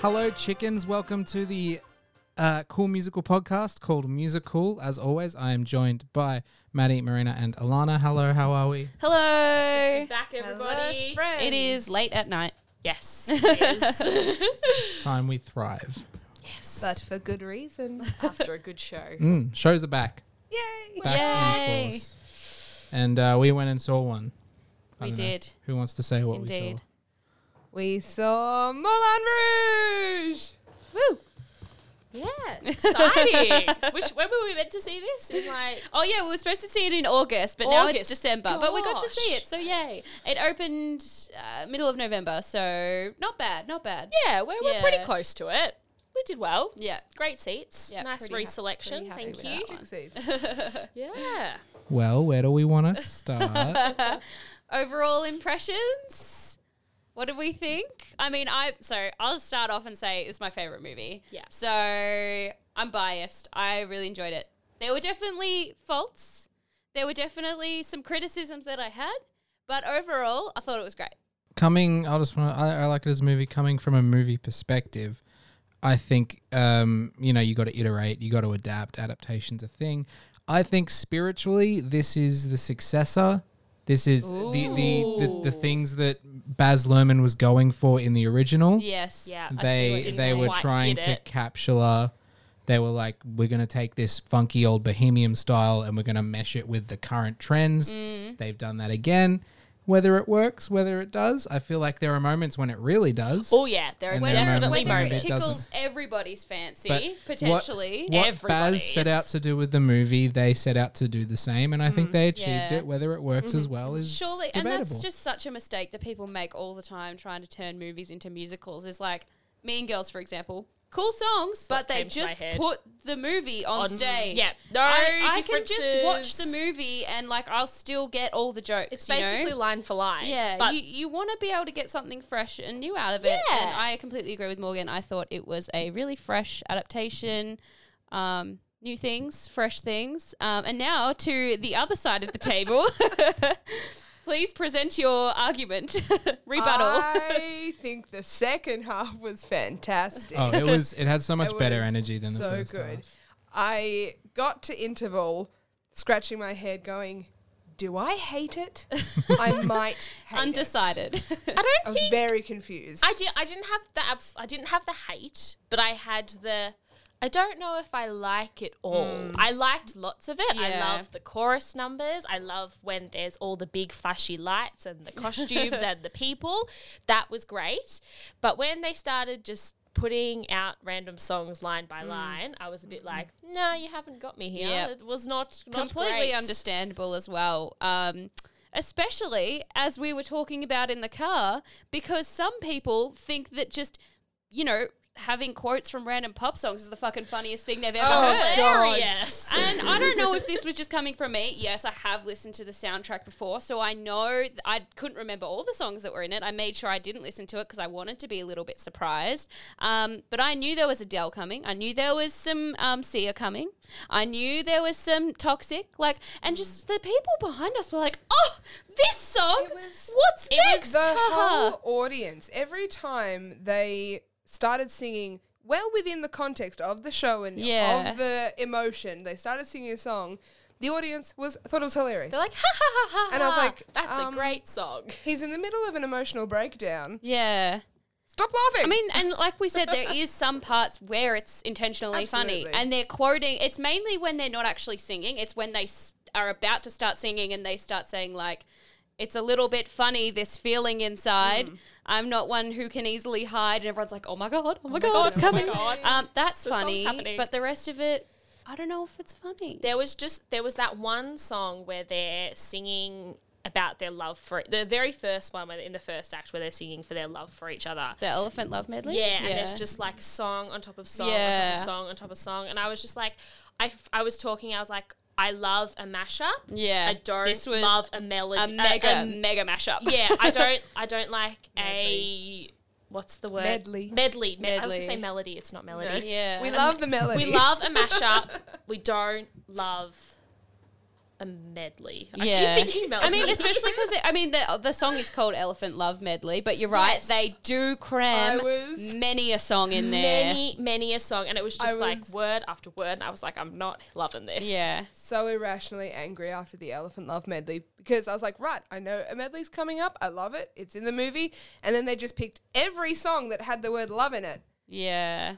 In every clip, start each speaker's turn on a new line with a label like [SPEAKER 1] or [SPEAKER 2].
[SPEAKER 1] Hello, chickens. Welcome to the uh, Cool Musical podcast called Music Cool. As always, I am joined by Maddie, Marina, and Alana. Hello, how are we?
[SPEAKER 2] Hello.
[SPEAKER 3] back everybody.
[SPEAKER 2] It is late at night. Yes.
[SPEAKER 1] Time we thrive.
[SPEAKER 4] But for good reason.
[SPEAKER 3] After a good show.
[SPEAKER 1] Mm, shows are back.
[SPEAKER 4] Yay!
[SPEAKER 1] Back in
[SPEAKER 2] Yay.
[SPEAKER 1] force. And uh, we went and saw one. I
[SPEAKER 2] We
[SPEAKER 1] don't know.
[SPEAKER 2] did.
[SPEAKER 1] Who wants to say what we
[SPEAKER 2] Indeed.
[SPEAKER 1] saw?
[SPEAKER 4] We saw Moulin Rouge!
[SPEAKER 2] Woo.
[SPEAKER 3] Yeah, it's exciting. Which when were we meant to see this? In like
[SPEAKER 2] Oh yeah, we were supposed to see it in August, but now it's
[SPEAKER 3] August.
[SPEAKER 2] December. But we got to
[SPEAKER 3] Gosh.
[SPEAKER 2] see it, so yay! It opened uh, middle of November, so not bad, not bad.
[SPEAKER 3] yeah, we're, we're
[SPEAKER 2] Yeah.
[SPEAKER 3] pretty close to it. We did well.
[SPEAKER 2] Yeah,
[SPEAKER 3] Great seats.
[SPEAKER 2] Yeah,
[SPEAKER 3] nice
[SPEAKER 2] pretty hap-
[SPEAKER 3] reselection.
[SPEAKER 2] pretty happy
[SPEAKER 3] Thank you.
[SPEAKER 2] with
[SPEAKER 4] Six seats.
[SPEAKER 3] Yeah.
[SPEAKER 1] Well, where do we want to start?
[SPEAKER 2] overall impressions. What do we think? I mean, I so I'll start off and say it's my favorite movie.
[SPEAKER 3] Yeah.
[SPEAKER 2] So I'm biased. I really enjoyed it. There were definitely faults. There were definitely some criticisms that I had, but overall, I thought it was great.
[SPEAKER 1] coming, I just want I, I like it as a movie. Coming from a movie perspective, I think um, you know you got to iterate, you got to adapt. Adaptation's a thing. I think spiritually, this is the successor. This is the, the, the the
[SPEAKER 3] Ooh.
[SPEAKER 1] things that Baz Luhrmann was going for in the original.
[SPEAKER 2] Yes.
[SPEAKER 3] Yeah.
[SPEAKER 1] they
[SPEAKER 3] I see what you
[SPEAKER 1] they
[SPEAKER 3] mean.
[SPEAKER 1] were
[SPEAKER 3] Quite
[SPEAKER 1] trying
[SPEAKER 3] hit
[SPEAKER 1] to
[SPEAKER 3] it.
[SPEAKER 1] capture. They were like, we're gonna take this funky old bohemian style and we're gonna mesh it with the current trends. They've done that again. Whether it works, whether it does, I feel like there are moments when it really does.
[SPEAKER 3] Oh yeah, there are
[SPEAKER 1] And there are
[SPEAKER 3] definitely
[SPEAKER 1] moments when it
[SPEAKER 2] Whether it
[SPEAKER 3] moments.
[SPEAKER 2] tickles
[SPEAKER 1] doesn't.
[SPEAKER 2] everybody's fancy,
[SPEAKER 1] But
[SPEAKER 2] potentially.
[SPEAKER 1] What, what
[SPEAKER 3] Everybody's.
[SPEAKER 1] Baz set out to do with the movie, they set out to do the same, and I think they achieved
[SPEAKER 2] yeah.
[SPEAKER 1] it. Whether it works as well is
[SPEAKER 2] Surely, and
[SPEAKER 1] debatable.
[SPEAKER 2] that's just such a mistake that people make all the time trying to turn movies into musicals. Is like Mean Girls, for example. Cool songs, but they
[SPEAKER 3] came to my
[SPEAKER 2] just
[SPEAKER 3] head.
[SPEAKER 2] put the movie on,
[SPEAKER 3] On-
[SPEAKER 2] stage.
[SPEAKER 3] yeah, no
[SPEAKER 2] I, I can just watch the
[SPEAKER 3] differences.
[SPEAKER 2] movie and like I'll still get all the jokes.
[SPEAKER 3] It's
[SPEAKER 2] you know?
[SPEAKER 3] basically line for line.
[SPEAKER 2] yeah.
[SPEAKER 3] but
[SPEAKER 2] you you want to be able to get something fresh and new out of it.
[SPEAKER 3] Yeah.
[SPEAKER 2] And I completely agree with Morgan. I thought it was a really fresh adaptation. Um, New things, fresh things. Um, and now to the other side of the table. Please present your argument, rebuttal.
[SPEAKER 4] I think the second half was fantastic.
[SPEAKER 1] oh, it was. It had so much
[SPEAKER 4] It
[SPEAKER 1] better
[SPEAKER 4] was
[SPEAKER 1] energy than the
[SPEAKER 4] so
[SPEAKER 1] first.
[SPEAKER 4] good.
[SPEAKER 1] half.
[SPEAKER 4] Oh I got to interval, scratching my head, going, "Do I hate it? I might hate It.
[SPEAKER 2] Undecided.
[SPEAKER 3] I
[SPEAKER 4] I
[SPEAKER 3] don't
[SPEAKER 4] was
[SPEAKER 3] think
[SPEAKER 4] very confused.
[SPEAKER 3] I did. I didn't have the abs- I didn't have the hate, but I had the. I don't know if I like it all. I liked lots of it.
[SPEAKER 2] Hmm. Yeah.
[SPEAKER 3] I love the chorus numbers. I love when there's all the big flashy lights and the costumes and the people. That was great. But when they started just putting out random songs line by line, I was a bit like, "No, you haven't got me here.
[SPEAKER 2] Hmm. Yep.
[SPEAKER 3] It was not, not
[SPEAKER 2] Completely
[SPEAKER 3] great.
[SPEAKER 2] understandable as well. Um, especially as we were talking about in the car, because some people think that just, you know, having quotes from random pop songs is the fucking funniest thing they've ever
[SPEAKER 3] Oh,
[SPEAKER 2] heard.
[SPEAKER 3] Hilarious.
[SPEAKER 2] And I don't know if this was just coming from me. Yes, I have listened to the soundtrack before, so I know th- I couldn't remember all the songs that were in it. I made sure I didn't listen to it because I wanted to be a little bit surprised. Um, but I knew there was Adele coming. I knew there was some um, Sia coming. I knew there was some Toxic. Like, and just the people behind us were like, "Oh, this song.
[SPEAKER 4] It was-
[SPEAKER 2] What's next?"
[SPEAKER 4] the
[SPEAKER 2] Haha."
[SPEAKER 4] whole audience every time they started singing well within the context of the show and
[SPEAKER 2] Yeah.
[SPEAKER 4] of the emotion they started singing a song the audience was thought it was hilarious
[SPEAKER 3] They're like, "Ha ha ha ha!"
[SPEAKER 4] And I was
[SPEAKER 3] ha.
[SPEAKER 4] like,
[SPEAKER 3] "That's
[SPEAKER 4] um,
[SPEAKER 3] a great song."
[SPEAKER 4] he's in the middle of an emotional breakdown
[SPEAKER 2] yeah.
[SPEAKER 4] stop laughing
[SPEAKER 2] I mean, and like we said, there is some parts where it's intentionally funny,
[SPEAKER 4] Absolutely.
[SPEAKER 2] and they're quoting. It's mainly when they're not actually singing. It's when they s- are about to start singing, and they start saying like, "It's a little bit funny. This feeling inside.
[SPEAKER 3] Mm.
[SPEAKER 2] I'm not one who can easily hide." And everyone's like, "Oh my god! Oh my, god, It's
[SPEAKER 3] oh my
[SPEAKER 2] coming!"
[SPEAKER 3] God.
[SPEAKER 2] Um, that's
[SPEAKER 3] The song's
[SPEAKER 2] funny,
[SPEAKER 3] happening.
[SPEAKER 2] but the rest of it, I don't know if it's funny.
[SPEAKER 3] There was just there was that one song where they're singing about their love for e, the very first one where in the first act where they're singing for their love for each other.
[SPEAKER 2] the elephant love medley.
[SPEAKER 3] Yeah, and it's just like song on top of song on top
[SPEAKER 2] Yeah.
[SPEAKER 3] of song on top of song, and I was just like, I, f- I was talking, I was like, I love a mashup.
[SPEAKER 2] Yeah,
[SPEAKER 3] I don't
[SPEAKER 2] this was
[SPEAKER 3] love a melody.
[SPEAKER 2] a mega
[SPEAKER 3] um,
[SPEAKER 2] mega mashup.
[SPEAKER 3] yeah, I don't I don't like a what's the word
[SPEAKER 4] Medley.
[SPEAKER 3] medley. Me- I was gonna say
[SPEAKER 2] Medley.
[SPEAKER 3] melody. It's not melody.
[SPEAKER 2] yeah.
[SPEAKER 4] we love the melody
[SPEAKER 3] We love a mashup. we don't love a medley.
[SPEAKER 2] Yeah,
[SPEAKER 3] I keep thinking
[SPEAKER 2] I
[SPEAKER 3] medley.
[SPEAKER 2] mean, especially because I mean the the song is called Elephant Love Medley, but you're right,
[SPEAKER 3] Yes.
[SPEAKER 2] they do
[SPEAKER 4] I
[SPEAKER 2] cram
[SPEAKER 4] was-
[SPEAKER 2] many a song in there.
[SPEAKER 3] many, many a song, and it was just like
[SPEAKER 4] was-
[SPEAKER 3] word after word, and I was like, I'm not loving this.
[SPEAKER 2] Yeah,
[SPEAKER 4] so irrationally angry after the Elephant Love medley because I was like, right, I know a medley's coming up. I love it. It's in the movie. And then they just picked every song that had the word love in it.
[SPEAKER 2] yeah.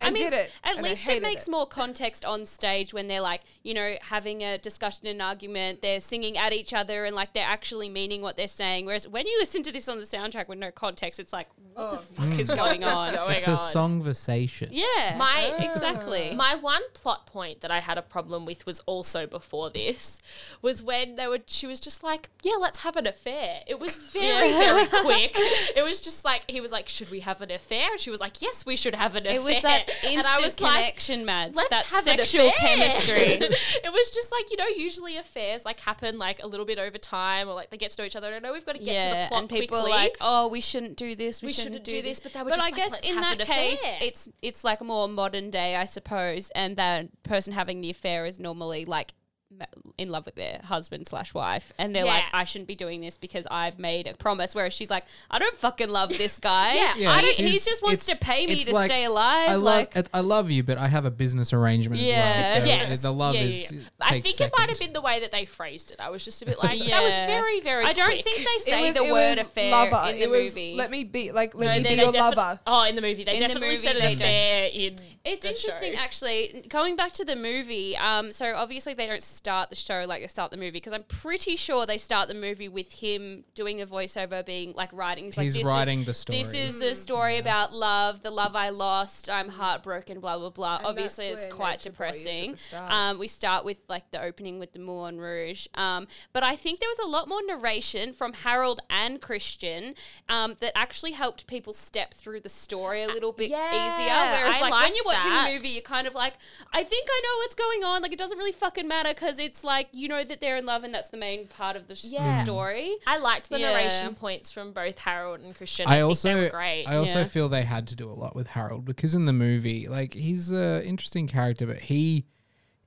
[SPEAKER 4] And did it,
[SPEAKER 2] At
[SPEAKER 4] and I
[SPEAKER 2] least it
[SPEAKER 4] hated
[SPEAKER 2] makes
[SPEAKER 4] it.
[SPEAKER 2] more context on stage when they're like, you know, having a discussion and argument. They're singing at each other and like they're actually meaning what they're saying. Whereas when you listen to this on the soundtrack with no context, it's like, what the fuck is going on?
[SPEAKER 3] Oh. Going
[SPEAKER 1] It's a
[SPEAKER 3] on.
[SPEAKER 1] songversation.
[SPEAKER 2] Yeah,
[SPEAKER 3] My-
[SPEAKER 2] exactly.
[SPEAKER 3] My one plot point that I had a problem with was also before this, was when they were. She was just like, "Yeah, let's have an affair." It was very, very quick. It was just like he was like, "Should we have an affair?" And she was like, "Yes, we should have an affair."
[SPEAKER 2] it was that instant
[SPEAKER 3] and I was like,
[SPEAKER 2] connection, Mads.
[SPEAKER 3] Let's
[SPEAKER 2] that
[SPEAKER 3] have
[SPEAKER 2] sexual
[SPEAKER 3] an affair.
[SPEAKER 2] chemistry.
[SPEAKER 3] it was just like you know, usually affairs like happen like a little bit over time, or like they get to know each other. I don't know. We've got to get to the plot
[SPEAKER 2] and people
[SPEAKER 3] quickly.
[SPEAKER 2] are like, "Oh, we shouldn't do this. We,
[SPEAKER 3] We
[SPEAKER 2] shouldn't,
[SPEAKER 3] shouldn't
[SPEAKER 2] do
[SPEAKER 3] do
[SPEAKER 2] this."
[SPEAKER 3] this, but they were
[SPEAKER 2] but
[SPEAKER 3] just
[SPEAKER 2] I
[SPEAKER 3] like,
[SPEAKER 2] guess
[SPEAKER 3] "Let's
[SPEAKER 2] in
[SPEAKER 3] have
[SPEAKER 2] that
[SPEAKER 3] an
[SPEAKER 2] case,
[SPEAKER 3] affair."
[SPEAKER 2] it's it's like more modern day, I suppose, and that person having the affair is normally like ma- in love with their husband slash wife, and they're like,
[SPEAKER 3] Yeah.
[SPEAKER 2] "I shouldn't be doing this because I've made a promise." Whereas she's like, "I don't fucking love this guy.
[SPEAKER 3] Yeah,
[SPEAKER 1] Yeah,
[SPEAKER 2] I don't, he
[SPEAKER 1] she's-
[SPEAKER 2] just wants to
[SPEAKER 1] it's-
[SPEAKER 2] pay me
[SPEAKER 1] it's
[SPEAKER 2] to
[SPEAKER 1] like,
[SPEAKER 2] stay alive."
[SPEAKER 1] I love,
[SPEAKER 2] like,
[SPEAKER 1] it's- I love you, but I have a business arrangement as
[SPEAKER 2] Yeah.
[SPEAKER 1] well. So uh,
[SPEAKER 3] Yes.
[SPEAKER 1] the love
[SPEAKER 3] Yeah, yeah,
[SPEAKER 1] is.
[SPEAKER 3] yeah.
[SPEAKER 1] it
[SPEAKER 3] I
[SPEAKER 1] takes
[SPEAKER 3] think it might have
[SPEAKER 1] second.
[SPEAKER 3] been the way that they phrased it. I was just a bit like, that was
[SPEAKER 2] Yeah.
[SPEAKER 3] very, very.
[SPEAKER 2] I don't
[SPEAKER 3] quick."
[SPEAKER 2] think they
[SPEAKER 4] It
[SPEAKER 2] say
[SPEAKER 4] was-
[SPEAKER 2] the
[SPEAKER 4] it
[SPEAKER 2] word
[SPEAKER 4] was
[SPEAKER 2] affair
[SPEAKER 4] lover.
[SPEAKER 2] in the
[SPEAKER 4] it was,
[SPEAKER 2] movie.
[SPEAKER 4] Let me be like, let
[SPEAKER 3] No,
[SPEAKER 4] me
[SPEAKER 3] they-
[SPEAKER 4] be
[SPEAKER 3] they
[SPEAKER 4] your
[SPEAKER 3] defi-
[SPEAKER 4] lover.
[SPEAKER 3] Oh, in the movie, they
[SPEAKER 2] In the
[SPEAKER 3] definitely
[SPEAKER 2] movie,
[SPEAKER 3] said
[SPEAKER 2] they
[SPEAKER 3] an affair in.
[SPEAKER 2] It's
[SPEAKER 3] the
[SPEAKER 2] interesting,
[SPEAKER 3] show.
[SPEAKER 2] actually. N- Going back to the movie, um, so obviously they don't start the show like they start the movie because I'm pretty sure they start the movie with him doing a voiceover, being like writing. He's, like,
[SPEAKER 1] He's
[SPEAKER 2] "This is-
[SPEAKER 1] writing the story.
[SPEAKER 2] This is
[SPEAKER 4] Mm-hmm.
[SPEAKER 2] a story about love, the love I lost. I'm heartbroken. Blah blah blah.
[SPEAKER 4] And
[SPEAKER 2] obviously,
[SPEAKER 4] that's
[SPEAKER 2] it's
[SPEAKER 4] where
[SPEAKER 2] quite
[SPEAKER 4] Nature Boy is at the
[SPEAKER 2] depressing.
[SPEAKER 4] start.
[SPEAKER 2] Um, we start with like the opening with the Moulin Rouge, um, but I think there was a lot more narration from Harold and Christian um, that actually helped people step through the story a
[SPEAKER 4] Uh,
[SPEAKER 2] little bit
[SPEAKER 3] yeah,
[SPEAKER 2] easier. Whereas
[SPEAKER 3] I
[SPEAKER 2] like when
[SPEAKER 3] liked
[SPEAKER 2] you're watching
[SPEAKER 3] that.
[SPEAKER 2] a movie, you're kind of like, I think I know what's going on. Like it doesn't really fucking matter because it's like you know that they're in love and that's the main part of the s-
[SPEAKER 3] Yeah.
[SPEAKER 2] story.
[SPEAKER 3] I liked the
[SPEAKER 2] Yeah.
[SPEAKER 3] narration points from both Harold and Christian.
[SPEAKER 1] I
[SPEAKER 3] think they
[SPEAKER 1] also,
[SPEAKER 3] were great.
[SPEAKER 1] I also
[SPEAKER 2] yeah.
[SPEAKER 1] feel they had to do a lot with Harold because in the movie, like he's a interesting character, but he,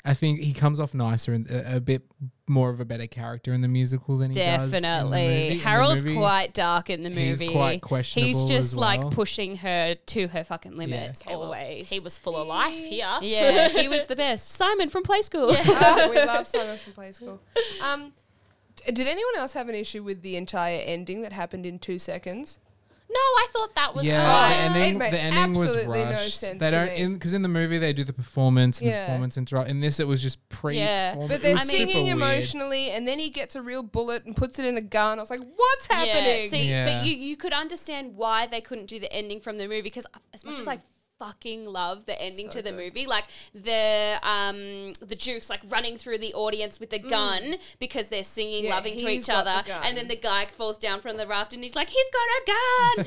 [SPEAKER 1] I think he comes off nicer and a, a bit more of a better character in the musical than he does. in the movie.
[SPEAKER 2] Definitely.
[SPEAKER 1] In the
[SPEAKER 2] Harold's
[SPEAKER 1] movie-
[SPEAKER 2] quite dark in the
[SPEAKER 1] he's
[SPEAKER 2] movie.
[SPEAKER 1] quite questionable
[SPEAKER 2] He's
[SPEAKER 1] as
[SPEAKER 2] just
[SPEAKER 1] well.
[SPEAKER 2] like pushing her to her fucking limits
[SPEAKER 3] Okay, well,
[SPEAKER 2] always.
[SPEAKER 3] he was full of life here.
[SPEAKER 2] yeah, he was the best. Simon from Play School.
[SPEAKER 4] oh, we love Simon from Play School. Um, d- did anyone else have an issue with the entire ending that happened in two seconds?
[SPEAKER 3] No, I thought that was
[SPEAKER 1] Yeah, the
[SPEAKER 4] Oh,
[SPEAKER 1] ending,
[SPEAKER 4] it made
[SPEAKER 1] the ending was
[SPEAKER 4] absolutely no
[SPEAKER 1] rushed.
[SPEAKER 4] sense
[SPEAKER 1] they
[SPEAKER 4] to
[SPEAKER 1] don't
[SPEAKER 4] me.
[SPEAKER 1] because in, the movie they do the performance and the
[SPEAKER 4] Yeah.
[SPEAKER 1] performance interrupt. In this, it was just pre.
[SPEAKER 2] Yeah.
[SPEAKER 4] But they're singing emotionally, and then he gets a real bullet and puts it in a gun. I was like, what's happening?
[SPEAKER 2] Yeah, see,
[SPEAKER 1] Yeah.
[SPEAKER 2] but you, you could understand why they couldn't do the ending from the movie because as much as I fucking love the ending
[SPEAKER 4] Mm. So
[SPEAKER 2] to the
[SPEAKER 4] good.
[SPEAKER 2] movie, like the um the Duke's like running through the audience with the gun because they're singing
[SPEAKER 4] Mm. Yeah,
[SPEAKER 2] loving to
[SPEAKER 4] he's
[SPEAKER 2] each
[SPEAKER 4] got the
[SPEAKER 2] other,
[SPEAKER 4] gun.
[SPEAKER 2] and then the guy falls down from the raft and he's like he's got a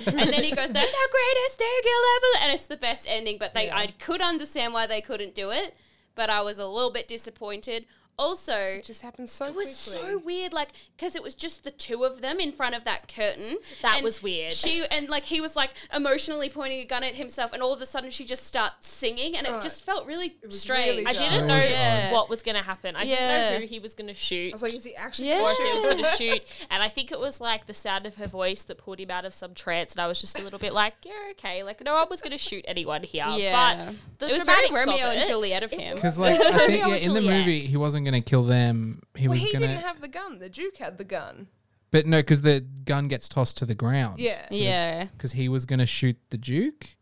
[SPEAKER 2] gun, and then he goes they're the greatest thing you'll ever, and it's the best ending. But they
[SPEAKER 4] Yeah.
[SPEAKER 2] I could understand why they couldn't do it, but I was a little bit disappointed. Also,
[SPEAKER 4] it just happened so
[SPEAKER 2] it was
[SPEAKER 4] quickly.
[SPEAKER 2] so weird, like because it was just the two of them in front of that curtain.
[SPEAKER 3] That
[SPEAKER 2] and
[SPEAKER 3] was weird.
[SPEAKER 2] She and like he was like emotionally pointing a gun at himself, and all of a sudden she just starts singing, and it
[SPEAKER 4] Uh,
[SPEAKER 2] just felt really
[SPEAKER 4] was
[SPEAKER 2] strange.
[SPEAKER 4] really
[SPEAKER 3] I
[SPEAKER 4] dark.
[SPEAKER 3] didn't
[SPEAKER 1] It
[SPEAKER 3] know
[SPEAKER 1] was odd.
[SPEAKER 3] what was going to happen. I didn't
[SPEAKER 2] Yeah.
[SPEAKER 3] know who he was going to
[SPEAKER 4] I
[SPEAKER 3] shoot.
[SPEAKER 4] was like, is he actually
[SPEAKER 2] Yeah.
[SPEAKER 4] going
[SPEAKER 3] or if he was
[SPEAKER 4] to
[SPEAKER 3] going to shoot. And I think it was like the sound of her voice that pulled him out of some trance. And I was just a little bit like, yeah, okay. Like, no one was going to shoot anyone here.
[SPEAKER 2] Yeah.
[SPEAKER 3] But the
[SPEAKER 2] it was very
[SPEAKER 3] dramatics of
[SPEAKER 2] Romeo
[SPEAKER 3] it-
[SPEAKER 2] and Juliet of him.
[SPEAKER 1] Because like I think
[SPEAKER 3] Romeo
[SPEAKER 1] yeah,
[SPEAKER 3] and
[SPEAKER 1] in the
[SPEAKER 3] Juliet.
[SPEAKER 1] movie he wasn't gonna kill them. He
[SPEAKER 4] Well,
[SPEAKER 1] was
[SPEAKER 4] he
[SPEAKER 1] gonna.
[SPEAKER 4] didn't have the gun. The Duke had the gun.
[SPEAKER 1] but no, because the gun gets tossed to the ground.
[SPEAKER 4] Yeah.
[SPEAKER 2] Yeah,
[SPEAKER 1] Because he was gonna shoot the Duke.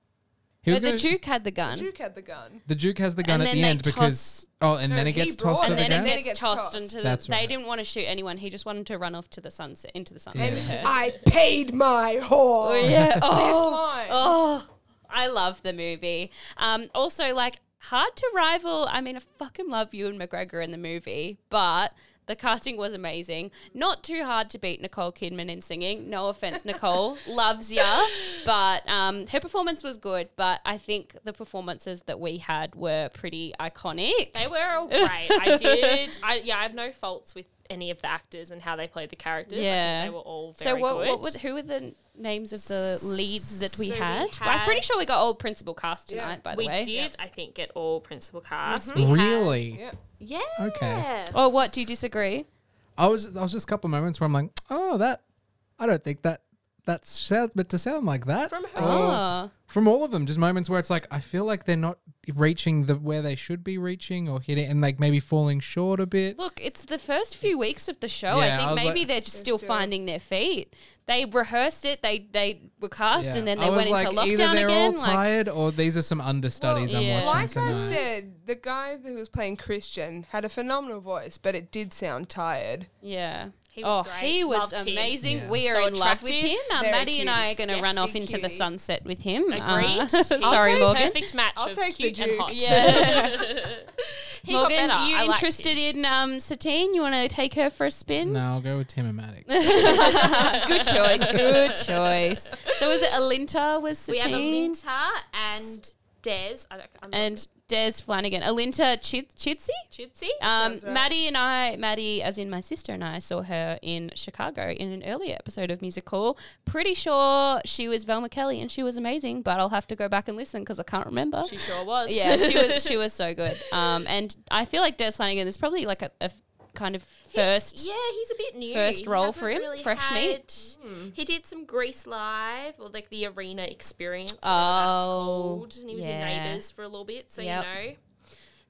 [SPEAKER 1] He was
[SPEAKER 2] but the
[SPEAKER 1] gonna-
[SPEAKER 2] Duke had the gun,
[SPEAKER 4] Duke had the gun.
[SPEAKER 1] The Duke has the gun
[SPEAKER 2] And
[SPEAKER 1] at
[SPEAKER 2] then
[SPEAKER 1] the
[SPEAKER 2] they
[SPEAKER 1] end because oh, and
[SPEAKER 4] No,
[SPEAKER 1] then it
[SPEAKER 4] he
[SPEAKER 1] gets
[SPEAKER 4] brought
[SPEAKER 1] tossed
[SPEAKER 4] it
[SPEAKER 1] to
[SPEAKER 2] and
[SPEAKER 1] the
[SPEAKER 2] then
[SPEAKER 1] ground.
[SPEAKER 2] it gets, tossed,
[SPEAKER 4] tossed.
[SPEAKER 2] into the.
[SPEAKER 1] That's
[SPEAKER 2] They
[SPEAKER 1] right.
[SPEAKER 2] didn't want to shoot anyone. He just wanted to run off to the sunset into the sunset.
[SPEAKER 4] And
[SPEAKER 2] with her.
[SPEAKER 4] I paid my
[SPEAKER 2] Oh.
[SPEAKER 4] whore.
[SPEAKER 2] yeah.
[SPEAKER 4] Best
[SPEAKER 2] Oh,
[SPEAKER 4] line.
[SPEAKER 2] oh, I love the movie. Um, also, like, hard to rival. I mean, I fucking love you and McGregor in the movie, but. The casting was amazing. Not too hard to beat Nicole Kidman in singing. No offense, Nicole loves ya, but um, her performance was good. But I think the performances that we had were pretty iconic.
[SPEAKER 3] They were all great. I did. I, yeah, I have no faults with any of the actors and how they played the characters. I think
[SPEAKER 2] Yeah.
[SPEAKER 3] they were all
[SPEAKER 2] So
[SPEAKER 3] very
[SPEAKER 2] what,
[SPEAKER 3] good.
[SPEAKER 2] what would, who were the names of the leads that we
[SPEAKER 3] So we
[SPEAKER 2] had? Well, I'm
[SPEAKER 3] had-
[SPEAKER 2] pretty sure we got old principal cast
[SPEAKER 4] Yeah.
[SPEAKER 2] tonight, by the
[SPEAKER 3] we
[SPEAKER 2] way. Mm-hmm.
[SPEAKER 3] did, I think, get all principal cast. We had-
[SPEAKER 1] Really?
[SPEAKER 4] Yeah.
[SPEAKER 3] yeah.
[SPEAKER 1] Okay.
[SPEAKER 2] Or what? Do you disagree?
[SPEAKER 1] I was I was just a couple moments where I'm like, oh, that I don't think that that's sound, but to sound like that
[SPEAKER 3] From her.
[SPEAKER 1] or-
[SPEAKER 2] Oh.
[SPEAKER 1] from all of them, just moments where it's like I feel like they're not reaching the where they should be reaching or hitting and like maybe falling short a bit.
[SPEAKER 2] Look, it's the first few weeks of the show.
[SPEAKER 1] Yeah,
[SPEAKER 2] I think
[SPEAKER 1] I was
[SPEAKER 2] maybe
[SPEAKER 1] like-
[SPEAKER 2] they're just still
[SPEAKER 4] still-
[SPEAKER 2] finding their feet. They rehearsed it. They they were cast,
[SPEAKER 1] Yeah.
[SPEAKER 2] and then
[SPEAKER 1] I
[SPEAKER 2] they
[SPEAKER 1] was
[SPEAKER 2] went into
[SPEAKER 1] like, Either
[SPEAKER 2] lockdown
[SPEAKER 1] they're
[SPEAKER 2] again.
[SPEAKER 1] all
[SPEAKER 2] Like,
[SPEAKER 1] tired, or these are some understudies
[SPEAKER 2] Well, yeah.
[SPEAKER 1] I'm watching
[SPEAKER 4] Like I
[SPEAKER 1] tonight.
[SPEAKER 4] said, the guy who was playing Christian had a phenomenal voice, but it did sound tired.
[SPEAKER 2] yeah.
[SPEAKER 3] He was
[SPEAKER 2] oh,
[SPEAKER 3] great.
[SPEAKER 2] he was
[SPEAKER 3] Loved him.
[SPEAKER 2] amazing.
[SPEAKER 1] Yeah.
[SPEAKER 2] We are
[SPEAKER 3] So
[SPEAKER 2] in love with
[SPEAKER 3] attractive.
[SPEAKER 2] him. Uh,
[SPEAKER 4] Very
[SPEAKER 2] Maddie and I are going to
[SPEAKER 3] Yes.
[SPEAKER 2] run off
[SPEAKER 4] Big
[SPEAKER 2] into the
[SPEAKER 4] cutie.
[SPEAKER 2] sunset with him.
[SPEAKER 3] Agreed.
[SPEAKER 2] Uh,
[SPEAKER 3] I'll
[SPEAKER 2] sorry,
[SPEAKER 3] take
[SPEAKER 2] Morgan.
[SPEAKER 3] Perfect match
[SPEAKER 4] I'll
[SPEAKER 3] of
[SPEAKER 4] take the
[SPEAKER 3] cute and
[SPEAKER 4] Duke.
[SPEAKER 3] hot.
[SPEAKER 2] Yeah.
[SPEAKER 3] he
[SPEAKER 2] Morgan,
[SPEAKER 3] got better.
[SPEAKER 2] you
[SPEAKER 3] I liked him.
[SPEAKER 2] interested in um, Satine? You want to take her for a spin?
[SPEAKER 1] No, I'll go with Tim and Matic.
[SPEAKER 2] good choice. Good choice. So was it Alinta? Was
[SPEAKER 3] We have
[SPEAKER 2] Satine?
[SPEAKER 3] Aminta and Des. I don't, I'm not
[SPEAKER 2] and Des Flanagan. Alinta Chit- Chitsey?
[SPEAKER 3] Chitsy.
[SPEAKER 2] Um,
[SPEAKER 4] Sounds right.
[SPEAKER 2] Maddie and I, Maddie, as in my sister and I, saw her in Chicago in an earlier episode of Musical. Pretty sure she was Velma Kelly and she was amazing, but I'll have to go back and listen because I can't remember.
[SPEAKER 3] she sure was.
[SPEAKER 2] yeah, she was she was so good. Um, and I feel like Des Flanagan is probably like a, a f- kind of first.
[SPEAKER 3] yeah, he's a bit new.
[SPEAKER 2] first
[SPEAKER 3] He
[SPEAKER 2] role
[SPEAKER 3] hasn't
[SPEAKER 2] for him, fresh meat.
[SPEAKER 3] had- He did some Grease Live or like the Arena Experience. whatever that's
[SPEAKER 2] Oh,
[SPEAKER 3] called, and he was
[SPEAKER 2] yeah.
[SPEAKER 3] in Neighbours for a little bit, so
[SPEAKER 2] Yep.
[SPEAKER 3] you know.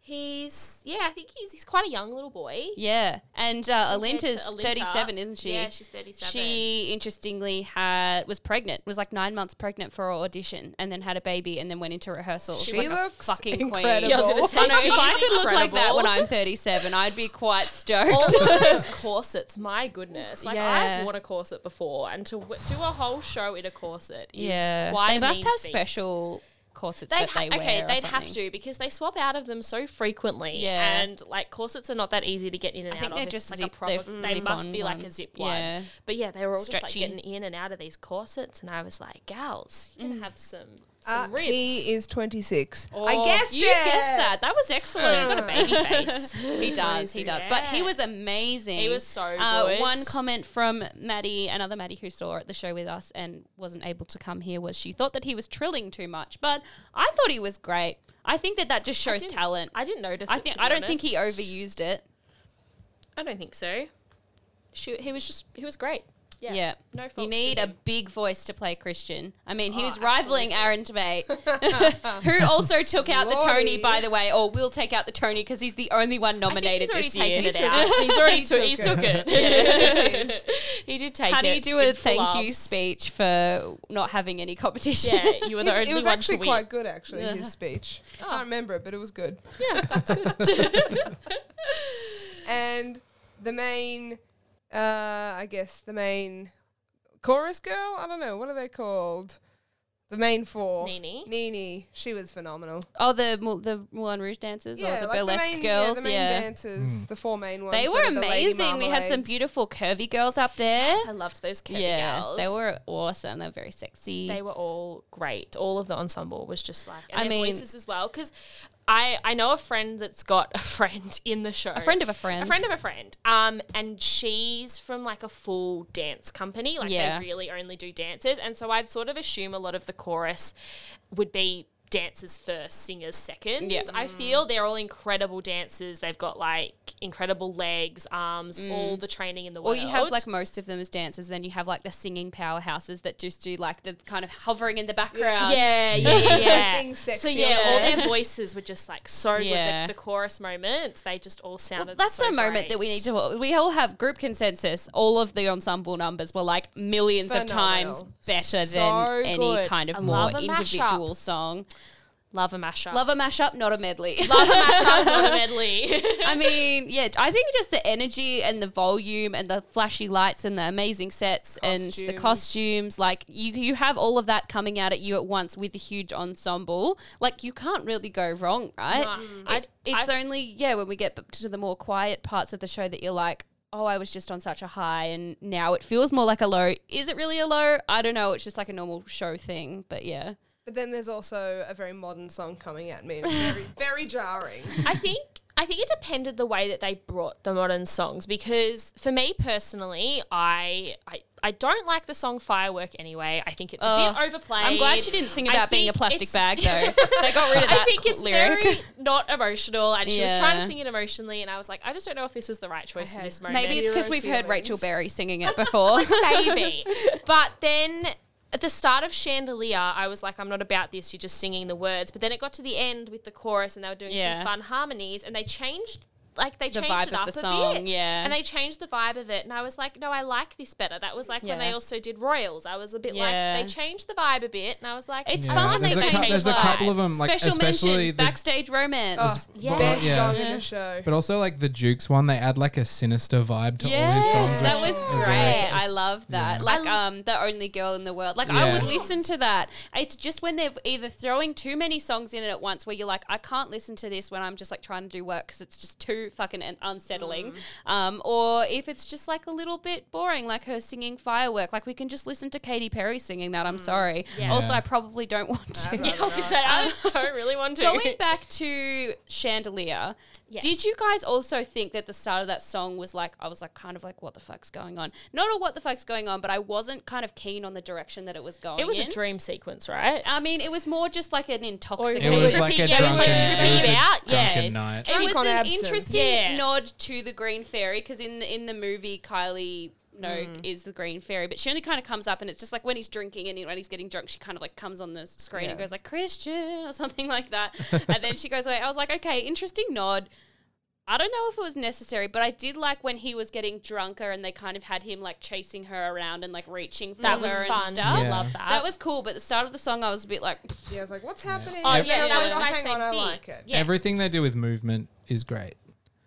[SPEAKER 3] He's yeah, I think he's he's quite a young little boy.
[SPEAKER 2] Yeah, and uh,
[SPEAKER 3] compared to
[SPEAKER 2] Alinta's
[SPEAKER 3] Alinta.
[SPEAKER 2] thirty-seven, isn't she?
[SPEAKER 3] Yeah, she's thirty-seven.
[SPEAKER 2] She interestingly had was pregnant, was like nine months pregnant for her audition, and then had a baby, and then went into rehearsal.
[SPEAKER 4] She
[SPEAKER 2] Like a
[SPEAKER 4] looks
[SPEAKER 2] fucking
[SPEAKER 4] incredible.
[SPEAKER 2] queen.
[SPEAKER 4] Yeah,
[SPEAKER 3] I was gonna say,
[SPEAKER 2] I know,
[SPEAKER 3] she's
[SPEAKER 2] if I could look like that
[SPEAKER 3] incredible.
[SPEAKER 2] when I'm 37, I'd be quite
[SPEAKER 3] all
[SPEAKER 2] stoked.
[SPEAKER 3] of those corsets, my goodness! Like
[SPEAKER 2] Yeah.
[SPEAKER 3] I've worn a corset before, and to w- do a whole show in a corset is
[SPEAKER 2] yeah,
[SPEAKER 3] quite.
[SPEAKER 2] they
[SPEAKER 3] a
[SPEAKER 2] must
[SPEAKER 3] mean
[SPEAKER 2] have
[SPEAKER 3] feat.
[SPEAKER 2] special corsets
[SPEAKER 3] They'd
[SPEAKER 2] that
[SPEAKER 3] ha-
[SPEAKER 2] they wear.
[SPEAKER 3] okay,
[SPEAKER 2] or
[SPEAKER 3] they'd have
[SPEAKER 2] something.
[SPEAKER 3] to because they swap out of them so frequently.
[SPEAKER 2] Yeah.
[SPEAKER 3] and like corsets are not that easy to get in and
[SPEAKER 2] I
[SPEAKER 3] out
[SPEAKER 2] think
[SPEAKER 3] of.
[SPEAKER 2] they're
[SPEAKER 3] if
[SPEAKER 2] just
[SPEAKER 3] it's,
[SPEAKER 2] zip-
[SPEAKER 3] like a proper.
[SPEAKER 2] they're
[SPEAKER 3] They
[SPEAKER 2] zip
[SPEAKER 3] must
[SPEAKER 2] on
[SPEAKER 3] be like a
[SPEAKER 2] ones.
[SPEAKER 3] zip
[SPEAKER 2] Yeah.
[SPEAKER 3] one. But yeah, they were all just like
[SPEAKER 2] Stretchy.
[SPEAKER 3] getting in and out of these corsets, and I was like, "Gals, you can have some
[SPEAKER 4] Uh,
[SPEAKER 3] some ribs."
[SPEAKER 4] he is 26.
[SPEAKER 2] Oh,
[SPEAKER 4] I guessed
[SPEAKER 2] you
[SPEAKER 4] it.
[SPEAKER 2] guessed that. That was excellent. He's got a baby face. he does. He
[SPEAKER 4] Amazing.
[SPEAKER 2] does. But he
[SPEAKER 3] Yeah.
[SPEAKER 2] was amazing. Uh,
[SPEAKER 3] He was so good.
[SPEAKER 2] One comment from Maddie, another Maddie who saw the show with us and wasn't able to come here, was she thought that he was trilling too much, but I thought he was great. I think that that just shows
[SPEAKER 3] didn't-
[SPEAKER 2] talent. I,
[SPEAKER 3] I didn't notice. it,
[SPEAKER 2] think
[SPEAKER 3] to be
[SPEAKER 2] I don't think he
[SPEAKER 3] honest.
[SPEAKER 2] overused it.
[SPEAKER 3] I don't think so. She, he was just he was great.
[SPEAKER 2] Yeah.
[SPEAKER 3] Yeah, no faults
[SPEAKER 2] you
[SPEAKER 3] to
[SPEAKER 2] need a
[SPEAKER 3] him.
[SPEAKER 2] big voice to play Christian. I mean, he
[SPEAKER 3] Oh,
[SPEAKER 2] was rivaling Aaron Tveit, who also took out the Tony,
[SPEAKER 4] Slotty.
[SPEAKER 2] by the way, or will take out the Tony because he's the only one nominated
[SPEAKER 3] I think
[SPEAKER 2] this
[SPEAKER 3] he's
[SPEAKER 2] year.
[SPEAKER 3] already taken it out. He's already took, he's
[SPEAKER 4] took
[SPEAKER 3] took it. he did take
[SPEAKER 2] How
[SPEAKER 3] it.
[SPEAKER 2] do you do
[SPEAKER 3] in
[SPEAKER 2] a
[SPEAKER 3] full
[SPEAKER 2] thank you
[SPEAKER 3] arms.
[SPEAKER 2] speech for not having any competition?
[SPEAKER 3] Yeah, you were the
[SPEAKER 4] It
[SPEAKER 3] only
[SPEAKER 4] was
[SPEAKER 3] one to
[SPEAKER 4] actually
[SPEAKER 3] win.
[SPEAKER 4] quite good, actually, his speech.
[SPEAKER 2] Oh.
[SPEAKER 4] I can't remember it, but it was good.
[SPEAKER 3] yeah, that's good.
[SPEAKER 4] And the main, uh, I guess, the main chorus girl? I don't know. What are they called? The main four.
[SPEAKER 3] Nini.
[SPEAKER 4] Nini. She was phenomenal.
[SPEAKER 2] oh, the Mou- the Moulin Rouge dancers or the
[SPEAKER 4] like
[SPEAKER 2] burlesque
[SPEAKER 4] main-
[SPEAKER 2] girls.
[SPEAKER 4] the
[SPEAKER 2] Yeah,
[SPEAKER 4] main dancers, the four main ones.
[SPEAKER 2] they
[SPEAKER 4] that
[SPEAKER 2] were
[SPEAKER 4] are the Lady
[SPEAKER 2] amazing. We had some
[SPEAKER 4] Marmalades.
[SPEAKER 2] beautiful curvy girls up there.
[SPEAKER 3] I loved those curvy
[SPEAKER 2] yeah,
[SPEAKER 3] girls.
[SPEAKER 2] they were awesome. They were very sexy.
[SPEAKER 3] They were all great. All of the ensemble was just like, and
[SPEAKER 2] I
[SPEAKER 3] their
[SPEAKER 2] mean-
[SPEAKER 3] voices as well. Because I I know a friend that's got a friend in the show,
[SPEAKER 2] a friend of a friend.
[SPEAKER 3] a friend of a friend. Um, and she's from like a full dance company. Like
[SPEAKER 2] Yeah.
[SPEAKER 3] they really only do dances, and so I'd sort of assume a lot of the chorus would be dancers first, singers second.
[SPEAKER 2] Yeah.
[SPEAKER 3] I feel they're all incredible dancers. They've got like incredible legs, arms, all the training in the
[SPEAKER 2] Mm. Or
[SPEAKER 3] world.
[SPEAKER 2] you have like most of them as dancers, then you have like the singing powerhouses that just do like the kind of hovering in the background.
[SPEAKER 3] yeah, yeah, yeah. yeah.
[SPEAKER 4] Being sexy
[SPEAKER 3] So
[SPEAKER 4] on
[SPEAKER 3] yeah, all
[SPEAKER 2] there.
[SPEAKER 3] their voices were just like so
[SPEAKER 2] Yeah.
[SPEAKER 3] good. The, the chorus moments, they just all sounded.
[SPEAKER 2] That's
[SPEAKER 3] so
[SPEAKER 2] a moment that we
[SPEAKER 3] great.
[SPEAKER 2] need to. We all have group consensus. All of the ensemble numbers were like millions
[SPEAKER 4] Phenomenal.
[SPEAKER 2] of times better
[SPEAKER 3] So
[SPEAKER 2] than any
[SPEAKER 3] good.
[SPEAKER 2] kind of
[SPEAKER 3] I
[SPEAKER 2] more
[SPEAKER 3] love a
[SPEAKER 2] individual song.
[SPEAKER 3] love a mashup.
[SPEAKER 2] Love a mashup, not a medley.
[SPEAKER 3] love a mashup, not a medley.
[SPEAKER 2] I mean, yeah, I think just the energy and the volume and the flashy lights and the amazing sets and the
[SPEAKER 4] Costumes.
[SPEAKER 2] costumes, like you you have all of that coming out at you at once with a huge ensemble. Like you can't really go wrong, right?
[SPEAKER 3] No,
[SPEAKER 2] It-
[SPEAKER 3] I'd-
[SPEAKER 2] it's
[SPEAKER 3] I've-
[SPEAKER 2] only yeah when we get b- to the more quiet parts of the show that you're like. Oh, I was just on such a high, and now it feels more like a low. Is it really a low? I don't know. It's just like a normal show thing, but yeah.
[SPEAKER 4] But then there's also a very modern song coming at me. and it's very, very jarring.
[SPEAKER 3] I think I think it depended the way that they brought the modern songs because for me personally, I I, I don't like the song Firework anyway. I think it's a
[SPEAKER 2] Oh,
[SPEAKER 3] bit overplayed.
[SPEAKER 2] I'm glad she didn't sing
[SPEAKER 3] I
[SPEAKER 2] about being a
[SPEAKER 3] think
[SPEAKER 2] plastic
[SPEAKER 3] it's-
[SPEAKER 2] bag though. they got rid of that
[SPEAKER 3] I think it's
[SPEAKER 2] lyric.
[SPEAKER 3] very not emotional, and she was trying
[SPEAKER 2] Yeah.
[SPEAKER 3] to sing it emotionally, and I was like, I just don't know if this was the right choice for
[SPEAKER 4] had
[SPEAKER 3] this moment.
[SPEAKER 2] Maybe it's because
[SPEAKER 4] Zero
[SPEAKER 2] we've heard
[SPEAKER 4] feelings.
[SPEAKER 2] Rachel Berry singing it before.
[SPEAKER 3] maybe. but then at the start of Chandelier, I was like, I'm not about this. You're just singing the words. But then it got to the end with the chorus, and they were doing
[SPEAKER 2] Yeah.
[SPEAKER 3] some fun harmonies, and they changed. Like they
[SPEAKER 2] The
[SPEAKER 3] changed
[SPEAKER 2] vibe
[SPEAKER 3] it
[SPEAKER 2] of
[SPEAKER 3] up
[SPEAKER 2] the
[SPEAKER 3] a
[SPEAKER 2] song,
[SPEAKER 3] bit,
[SPEAKER 2] yeah.
[SPEAKER 3] and they changed the vibe of it. And I was like, no, I like this better. That was like when
[SPEAKER 2] Yeah.
[SPEAKER 3] they also did Royals. I was a bit
[SPEAKER 2] Yeah.
[SPEAKER 3] like, they changed the vibe a bit, and I was like,
[SPEAKER 2] It's
[SPEAKER 3] I
[SPEAKER 2] fun
[SPEAKER 3] like
[SPEAKER 2] when
[SPEAKER 1] there's
[SPEAKER 2] they
[SPEAKER 1] a
[SPEAKER 2] change
[SPEAKER 1] cou-
[SPEAKER 2] the
[SPEAKER 1] there's a
[SPEAKER 2] vibe.
[SPEAKER 1] couple of them, like
[SPEAKER 2] Special
[SPEAKER 1] especially
[SPEAKER 2] mention,
[SPEAKER 1] the
[SPEAKER 2] backstage romance.
[SPEAKER 4] Oh,
[SPEAKER 3] Yeah.
[SPEAKER 4] best
[SPEAKER 1] Yeah.
[SPEAKER 4] song in the show.
[SPEAKER 1] But also like the Jukes one, they add like a sinister vibe to all his songs.
[SPEAKER 2] Yes, that
[SPEAKER 1] which
[SPEAKER 2] was
[SPEAKER 1] is
[SPEAKER 2] great.
[SPEAKER 1] hilarious.
[SPEAKER 2] I love that. Like um, the only girl in the world. Like I
[SPEAKER 1] Yeah.
[SPEAKER 2] would listen to that. It's just when they're either throwing too many songs in it at once, where you're like, I can't listen to this when I'm just like trying to do work because it's just too fucking un- unsettling. Um, or if it's just like a little bit boring, like her singing firework. Like we can just listen to Katy Perry singing that. I'm sorry. Also,
[SPEAKER 1] Yeah.
[SPEAKER 2] Mm. I probably don't want to.
[SPEAKER 4] I'd rather
[SPEAKER 3] I was gonna say I don't really want to.
[SPEAKER 2] Going back to Chandelier,
[SPEAKER 3] Yes.
[SPEAKER 2] did you guys also think that the start of that song was like, I was like, kind of like, what the fuck's going on? Not a what the fuck's going on, but I wasn't kind of keen on the direction that it was going
[SPEAKER 3] it was
[SPEAKER 2] in.
[SPEAKER 3] a dream sequence, right?
[SPEAKER 2] I mean, it was more just like an intoxication.
[SPEAKER 1] It was
[SPEAKER 3] Trippy-
[SPEAKER 1] like a
[SPEAKER 3] yeah, it was
[SPEAKER 1] drunken,
[SPEAKER 3] like
[SPEAKER 1] it was
[SPEAKER 3] tripping
[SPEAKER 1] a
[SPEAKER 3] out, yeah.
[SPEAKER 1] drunken night.
[SPEAKER 2] It
[SPEAKER 4] Drunk
[SPEAKER 2] was
[SPEAKER 4] on
[SPEAKER 2] an
[SPEAKER 4] absinthe.
[SPEAKER 2] interesting
[SPEAKER 3] Yeah.
[SPEAKER 2] nod to the Green Fairy because in the, in the movie, Kylie Minogue is the Green Fairy, but she only kind of comes up and it's just like when he's drinking and when he's getting drunk, she kind of like comes on the screen and
[SPEAKER 4] Yeah.
[SPEAKER 2] goes like Christian or something like that, and then she goes away. I was like, okay, interesting nod. I don't know if it was necessary, but I did like when he was getting drunker and they kind of had him like chasing her around and like reaching for
[SPEAKER 3] That
[SPEAKER 2] her
[SPEAKER 3] was
[SPEAKER 2] and
[SPEAKER 3] fun.
[SPEAKER 2] stuff.
[SPEAKER 3] I
[SPEAKER 1] Yeah.
[SPEAKER 3] love that.
[SPEAKER 2] That was cool, but the start of the song, I was a bit like,
[SPEAKER 4] Yeah, I was like, what's happening?
[SPEAKER 3] Oh,
[SPEAKER 4] And I
[SPEAKER 3] yeah,
[SPEAKER 4] was
[SPEAKER 3] that
[SPEAKER 4] like,
[SPEAKER 3] was
[SPEAKER 4] oh,
[SPEAKER 3] my
[SPEAKER 4] hang
[SPEAKER 3] same
[SPEAKER 4] on, I
[SPEAKER 3] thing.
[SPEAKER 4] like it.
[SPEAKER 3] Yeah.
[SPEAKER 1] Everything they do with movement is great.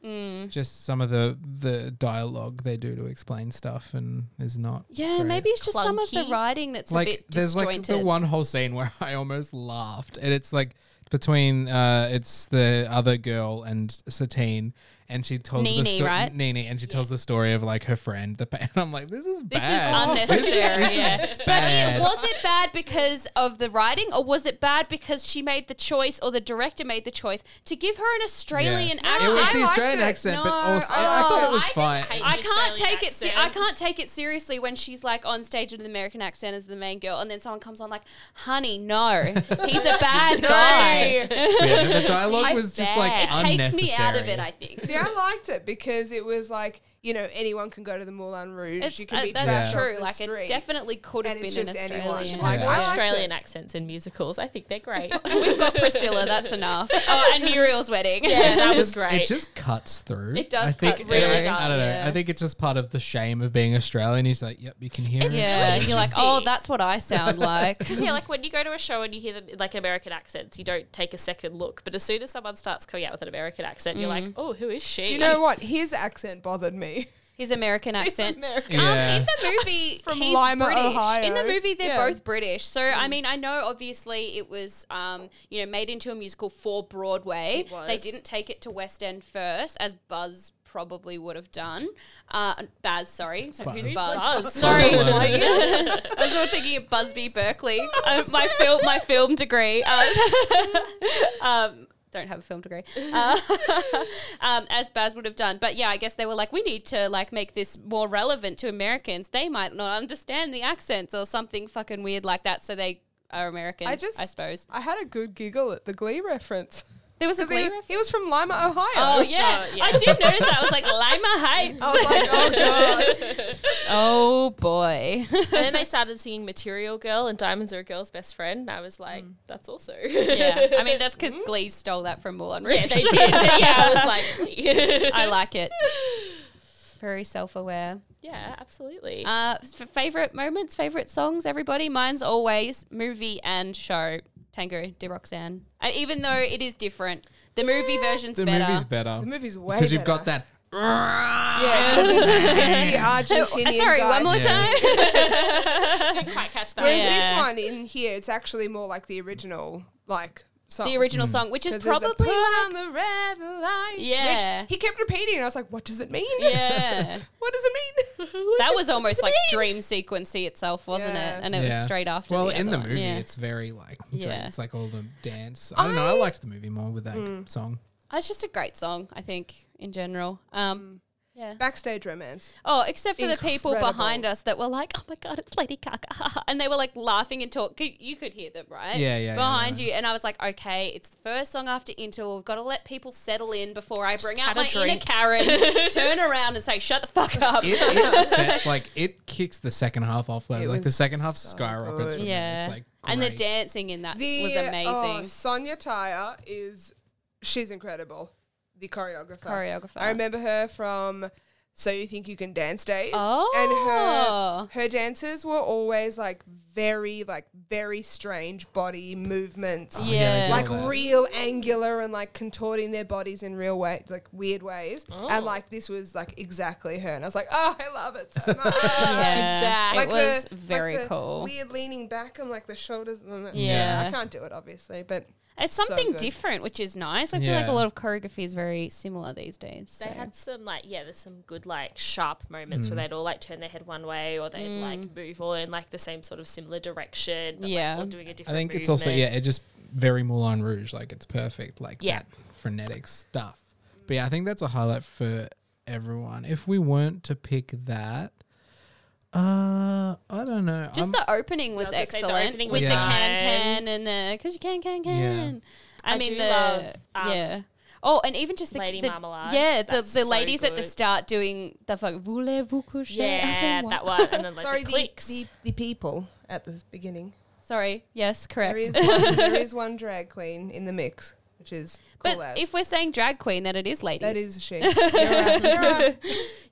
[SPEAKER 2] Mm.
[SPEAKER 1] Just some of the the dialogue they do to explain stuff and is not.
[SPEAKER 2] yeah,
[SPEAKER 1] great.
[SPEAKER 2] maybe it's just some of the
[SPEAKER 3] Clunky.
[SPEAKER 2] writing that's
[SPEAKER 1] like
[SPEAKER 2] a bit
[SPEAKER 1] there's
[SPEAKER 2] disjointed.
[SPEAKER 1] like the one whole scene where I almost laughed, and it's like between uh, it's the other girl and Satine, and she tells the
[SPEAKER 2] Nene,
[SPEAKER 1] sto-
[SPEAKER 2] right?
[SPEAKER 1] Nene, and she tells the story of like her friend, the pa- and I'm like, this is
[SPEAKER 2] This
[SPEAKER 1] bad.
[SPEAKER 2] is unnecessary.
[SPEAKER 1] this is
[SPEAKER 2] yeah. But
[SPEAKER 1] bad.
[SPEAKER 2] it, was it bad because of the writing, or was it bad because she made the choice, or the director made the choice to give her an Australian
[SPEAKER 1] Yeah.
[SPEAKER 2] accent?
[SPEAKER 1] It was
[SPEAKER 4] I
[SPEAKER 1] the
[SPEAKER 4] liked
[SPEAKER 1] Australian
[SPEAKER 4] it.
[SPEAKER 1] accent, but
[SPEAKER 2] No,
[SPEAKER 1] also I, I thought
[SPEAKER 2] oh,
[SPEAKER 1] it was
[SPEAKER 3] I didn't
[SPEAKER 1] fine.
[SPEAKER 3] hate
[SPEAKER 2] I
[SPEAKER 3] the
[SPEAKER 2] can't
[SPEAKER 3] Australian
[SPEAKER 2] take it. Se- I
[SPEAKER 3] accent.
[SPEAKER 2] can't take it seriously when she's like on stage with an American accent as the main girl, and then someone comes on like, "Honey, no, he's a bad guy."
[SPEAKER 1] Yeah, the dialogue
[SPEAKER 3] I
[SPEAKER 1] was just like
[SPEAKER 3] bet.
[SPEAKER 1] unnecessary.
[SPEAKER 2] Takes me out of it. I think.
[SPEAKER 4] See, I liked it because it was like, you know, anyone can go to the Moulin Rouge.
[SPEAKER 2] It's,
[SPEAKER 4] you can
[SPEAKER 2] uh,
[SPEAKER 4] be
[SPEAKER 2] that's
[SPEAKER 4] trashed
[SPEAKER 1] off
[SPEAKER 2] true.
[SPEAKER 4] the
[SPEAKER 2] Like
[SPEAKER 4] street.
[SPEAKER 2] it definitely could have
[SPEAKER 4] and
[SPEAKER 2] been
[SPEAKER 4] it's
[SPEAKER 2] an
[SPEAKER 4] just
[SPEAKER 2] Australian.
[SPEAKER 4] anyone.
[SPEAKER 1] Like,
[SPEAKER 4] Like,
[SPEAKER 1] Yeah.
[SPEAKER 4] I liked
[SPEAKER 3] Australian
[SPEAKER 4] it.
[SPEAKER 3] accents in musicals. I think they're great.
[SPEAKER 2] We've got Priscilla. That's enough. Oh, and Muriel's wedding.
[SPEAKER 3] Yeah, that
[SPEAKER 1] It's
[SPEAKER 3] was
[SPEAKER 1] just-
[SPEAKER 3] great.
[SPEAKER 1] It just cuts through.
[SPEAKER 2] It does
[SPEAKER 1] I think,
[SPEAKER 2] cut- really
[SPEAKER 1] I, I don't
[SPEAKER 2] does.
[SPEAKER 1] know.
[SPEAKER 2] Yeah.
[SPEAKER 1] I think it's just part of the shame of being Australian. He's like, yep, you can hear it.
[SPEAKER 2] Yeah, and you're like,
[SPEAKER 3] interesting.
[SPEAKER 2] oh, that's what I sound like.
[SPEAKER 3] Because yeah, like when you go to a show and you hear the like American accents, you don't take a second look. But as soon as someone starts coming out with an American accent, you're like, oh, who is she?
[SPEAKER 4] Do you know what? His accent bothered me.
[SPEAKER 2] His American
[SPEAKER 4] His
[SPEAKER 2] accent.
[SPEAKER 4] American.
[SPEAKER 1] Yeah.
[SPEAKER 2] Um, in the movie,
[SPEAKER 4] From
[SPEAKER 2] he's
[SPEAKER 4] Lima,
[SPEAKER 2] British.
[SPEAKER 4] Ohio.
[SPEAKER 2] In the movie, they're
[SPEAKER 4] Yeah.
[SPEAKER 2] both British. So I mean, I know obviously it was, um, you know, made into a musical for Broadway.
[SPEAKER 3] It was.
[SPEAKER 2] They didn't take it to West End first, as Buzz probably would have done. Uh, Baz, sorry, who's
[SPEAKER 1] Buzz.
[SPEAKER 2] Buzz?
[SPEAKER 3] Buzz.
[SPEAKER 2] Sorry,
[SPEAKER 1] Buzz.
[SPEAKER 2] I was all thinking of Busby Berkeley.
[SPEAKER 3] Oh,
[SPEAKER 2] Uh, my film, my film degree. Uh, um, don't have a film degree, uh, um, as Baz would have done. But yeah, I guess they were like, we need to like make this more relevant to Americans. They might not understand the accents or something fucking weird like that. So they are American. I
[SPEAKER 4] I just,
[SPEAKER 2] suppose
[SPEAKER 4] I had a good giggle at the Glee reference.
[SPEAKER 2] there was a
[SPEAKER 4] 'Cause he,
[SPEAKER 2] Glee.
[SPEAKER 4] was- he was from Lima, Ohio.
[SPEAKER 2] Oh yeah.
[SPEAKER 3] Oh, yeah.
[SPEAKER 2] I did notice that. I was like, Lima Heights.
[SPEAKER 4] I was like, oh god.
[SPEAKER 2] oh boy.
[SPEAKER 3] And then they started singing Material Girl and Diamonds Are a Girl's Best Friend. And I was like, that's also.
[SPEAKER 2] yeah, I mean that's because Glee stole that from Moulin Rouge.
[SPEAKER 3] Hmm? yeah, they did. yeah, I was like,
[SPEAKER 2] I like it. Very self-aware.
[SPEAKER 3] Yeah, absolutely.
[SPEAKER 2] Uh, for favorite moments, favorite songs, everybody. Mine's always movie and show. Tango de Roxanne. Uh, even though it is different, the movie version's
[SPEAKER 1] The
[SPEAKER 2] better.
[SPEAKER 1] movie's better.
[SPEAKER 4] The movie's way
[SPEAKER 1] Because you've got
[SPEAKER 4] better.
[SPEAKER 1] that.
[SPEAKER 4] Yeah, 'cause it's,
[SPEAKER 2] Oh,
[SPEAKER 4] it's the Argentinian.
[SPEAKER 2] sorry,
[SPEAKER 4] guy.
[SPEAKER 2] one more
[SPEAKER 1] guys. Yeah.
[SPEAKER 2] time.
[SPEAKER 3] didn't quite catch that.
[SPEAKER 4] Whereas
[SPEAKER 2] Yeah.
[SPEAKER 4] this one in here, it's actually more like the original, like song.
[SPEAKER 2] the original
[SPEAKER 1] Mm.
[SPEAKER 2] song, which is
[SPEAKER 4] 'Cause there's a
[SPEAKER 2] probably
[SPEAKER 4] put
[SPEAKER 2] like,
[SPEAKER 4] on the red light. which
[SPEAKER 2] Yeah.
[SPEAKER 4] he kept repeating. And I was like, what does it mean?
[SPEAKER 2] yeah.
[SPEAKER 4] what does it mean?
[SPEAKER 2] That was almost like dream sequency itself, wasn't
[SPEAKER 4] Yeah.
[SPEAKER 2] it? And it was
[SPEAKER 1] Yeah.
[SPEAKER 2] straight after.
[SPEAKER 1] Well,
[SPEAKER 2] the
[SPEAKER 1] in
[SPEAKER 2] other
[SPEAKER 1] the
[SPEAKER 2] one.
[SPEAKER 1] movie,
[SPEAKER 2] yeah.
[SPEAKER 1] it's very like,
[SPEAKER 2] Yeah.
[SPEAKER 4] Mm.
[SPEAKER 1] it's like all the dance. I don't know. I liked the movie more with that song.
[SPEAKER 2] It's just a great song, I think, in general.
[SPEAKER 4] Mm.
[SPEAKER 2] Um, yeah.
[SPEAKER 4] Backstage romance.
[SPEAKER 2] Oh, except for the people
[SPEAKER 4] Incredible.
[SPEAKER 2] behind us that were like, "Oh my god, it's Lady Gaga," and they were like laughing and talk. c- You could hear them, right?
[SPEAKER 1] Yeah, yeah, yeah,
[SPEAKER 2] Behind
[SPEAKER 1] yeah.
[SPEAKER 2] you, and I was like, "Okay, it's the first song after Intel. We've got to let people settle in before I bring out
[SPEAKER 3] had a
[SPEAKER 2] my inner
[SPEAKER 3] drink."
[SPEAKER 2] Karen, turn around and say, shut the fuck up.'"
[SPEAKER 1] It, it set, like it kicks the second half off. Like,
[SPEAKER 4] It
[SPEAKER 1] like the
[SPEAKER 4] was
[SPEAKER 1] second half
[SPEAKER 4] so
[SPEAKER 1] skyrockets.
[SPEAKER 4] good.
[SPEAKER 1] From
[SPEAKER 2] yeah,
[SPEAKER 1] there. It's like
[SPEAKER 2] and the
[SPEAKER 1] great.
[SPEAKER 2] dancing in that
[SPEAKER 4] The
[SPEAKER 2] was
[SPEAKER 4] Oh,
[SPEAKER 2] amazing.
[SPEAKER 4] Sonia Tyre is she's incredible. The choreographer.
[SPEAKER 2] Choreographer.
[SPEAKER 4] I remember her from So You Think You Can Dance Days.
[SPEAKER 2] Oh.
[SPEAKER 4] And her her dances were always like very like very strange body movements.
[SPEAKER 1] Oh, yeah, they do
[SPEAKER 4] Like
[SPEAKER 1] all that.
[SPEAKER 4] real angular and like contorting their bodies in real way, like weird ways. And like this was like exactly her. And I was like, oh, I love it so much.
[SPEAKER 2] Yeah.
[SPEAKER 3] She's jacked.
[SPEAKER 2] It
[SPEAKER 4] Like
[SPEAKER 2] was
[SPEAKER 4] the- like
[SPEAKER 2] very
[SPEAKER 4] the
[SPEAKER 2] cool.
[SPEAKER 4] Weird leaning back and like the shoulders. And the,
[SPEAKER 2] Yeah.
[SPEAKER 4] I can't do it obviously, but
[SPEAKER 2] It's
[SPEAKER 4] so
[SPEAKER 2] something
[SPEAKER 4] good.
[SPEAKER 2] different, which is nice. I feel like
[SPEAKER 1] Yeah.
[SPEAKER 2] a lot of choreography is very similar these days.
[SPEAKER 3] They
[SPEAKER 2] so.
[SPEAKER 3] had some like yeah, there's some good like sharp moments
[SPEAKER 1] Mm.
[SPEAKER 3] where they'd all like turn their head one way or they'd like move all in like the same sort of similar direction. But,
[SPEAKER 2] Mm. Yeah.
[SPEAKER 3] like, all doing a different.
[SPEAKER 1] I think it's also yeah,
[SPEAKER 3] movement.
[SPEAKER 1] it just very Moulin Rouge. Like it's perfect. Like
[SPEAKER 3] Yeah.
[SPEAKER 1] that frenetic stuff. But yeah, I think that's a highlight for everyone. If we weren't to pick that, uh, I don't know.
[SPEAKER 2] Just
[SPEAKER 4] Um,
[SPEAKER 1] I'm-
[SPEAKER 2] the opening was
[SPEAKER 3] I was gonna say, the
[SPEAKER 2] excellent
[SPEAKER 3] opening
[SPEAKER 2] with
[SPEAKER 1] was
[SPEAKER 2] the
[SPEAKER 1] fine.
[SPEAKER 2] can can and the because you can can can. I,
[SPEAKER 3] I
[SPEAKER 2] mean
[SPEAKER 3] do
[SPEAKER 2] the
[SPEAKER 3] love, um,
[SPEAKER 2] yeah. Oh, and even just the
[SPEAKER 3] Lady
[SPEAKER 2] the,
[SPEAKER 3] Marmalade.
[SPEAKER 2] Yeah, the, the
[SPEAKER 3] That's so
[SPEAKER 2] ladies at the
[SPEAKER 3] good.
[SPEAKER 2] start doing the fuck voulez-vous coucher
[SPEAKER 3] yeah,
[SPEAKER 2] avec moi?"
[SPEAKER 3] that one and then like
[SPEAKER 4] Sorry,
[SPEAKER 3] the
[SPEAKER 4] the,
[SPEAKER 3] clicks.
[SPEAKER 4] the, the people at the beginning.
[SPEAKER 2] Sorry, yes, correct.
[SPEAKER 4] There is, one, there is one drag queen in the mix, which is cool
[SPEAKER 2] but
[SPEAKER 4] as.
[SPEAKER 2] if we're saying drag queen, then it is ladies.
[SPEAKER 4] that is she. You're right, you're right.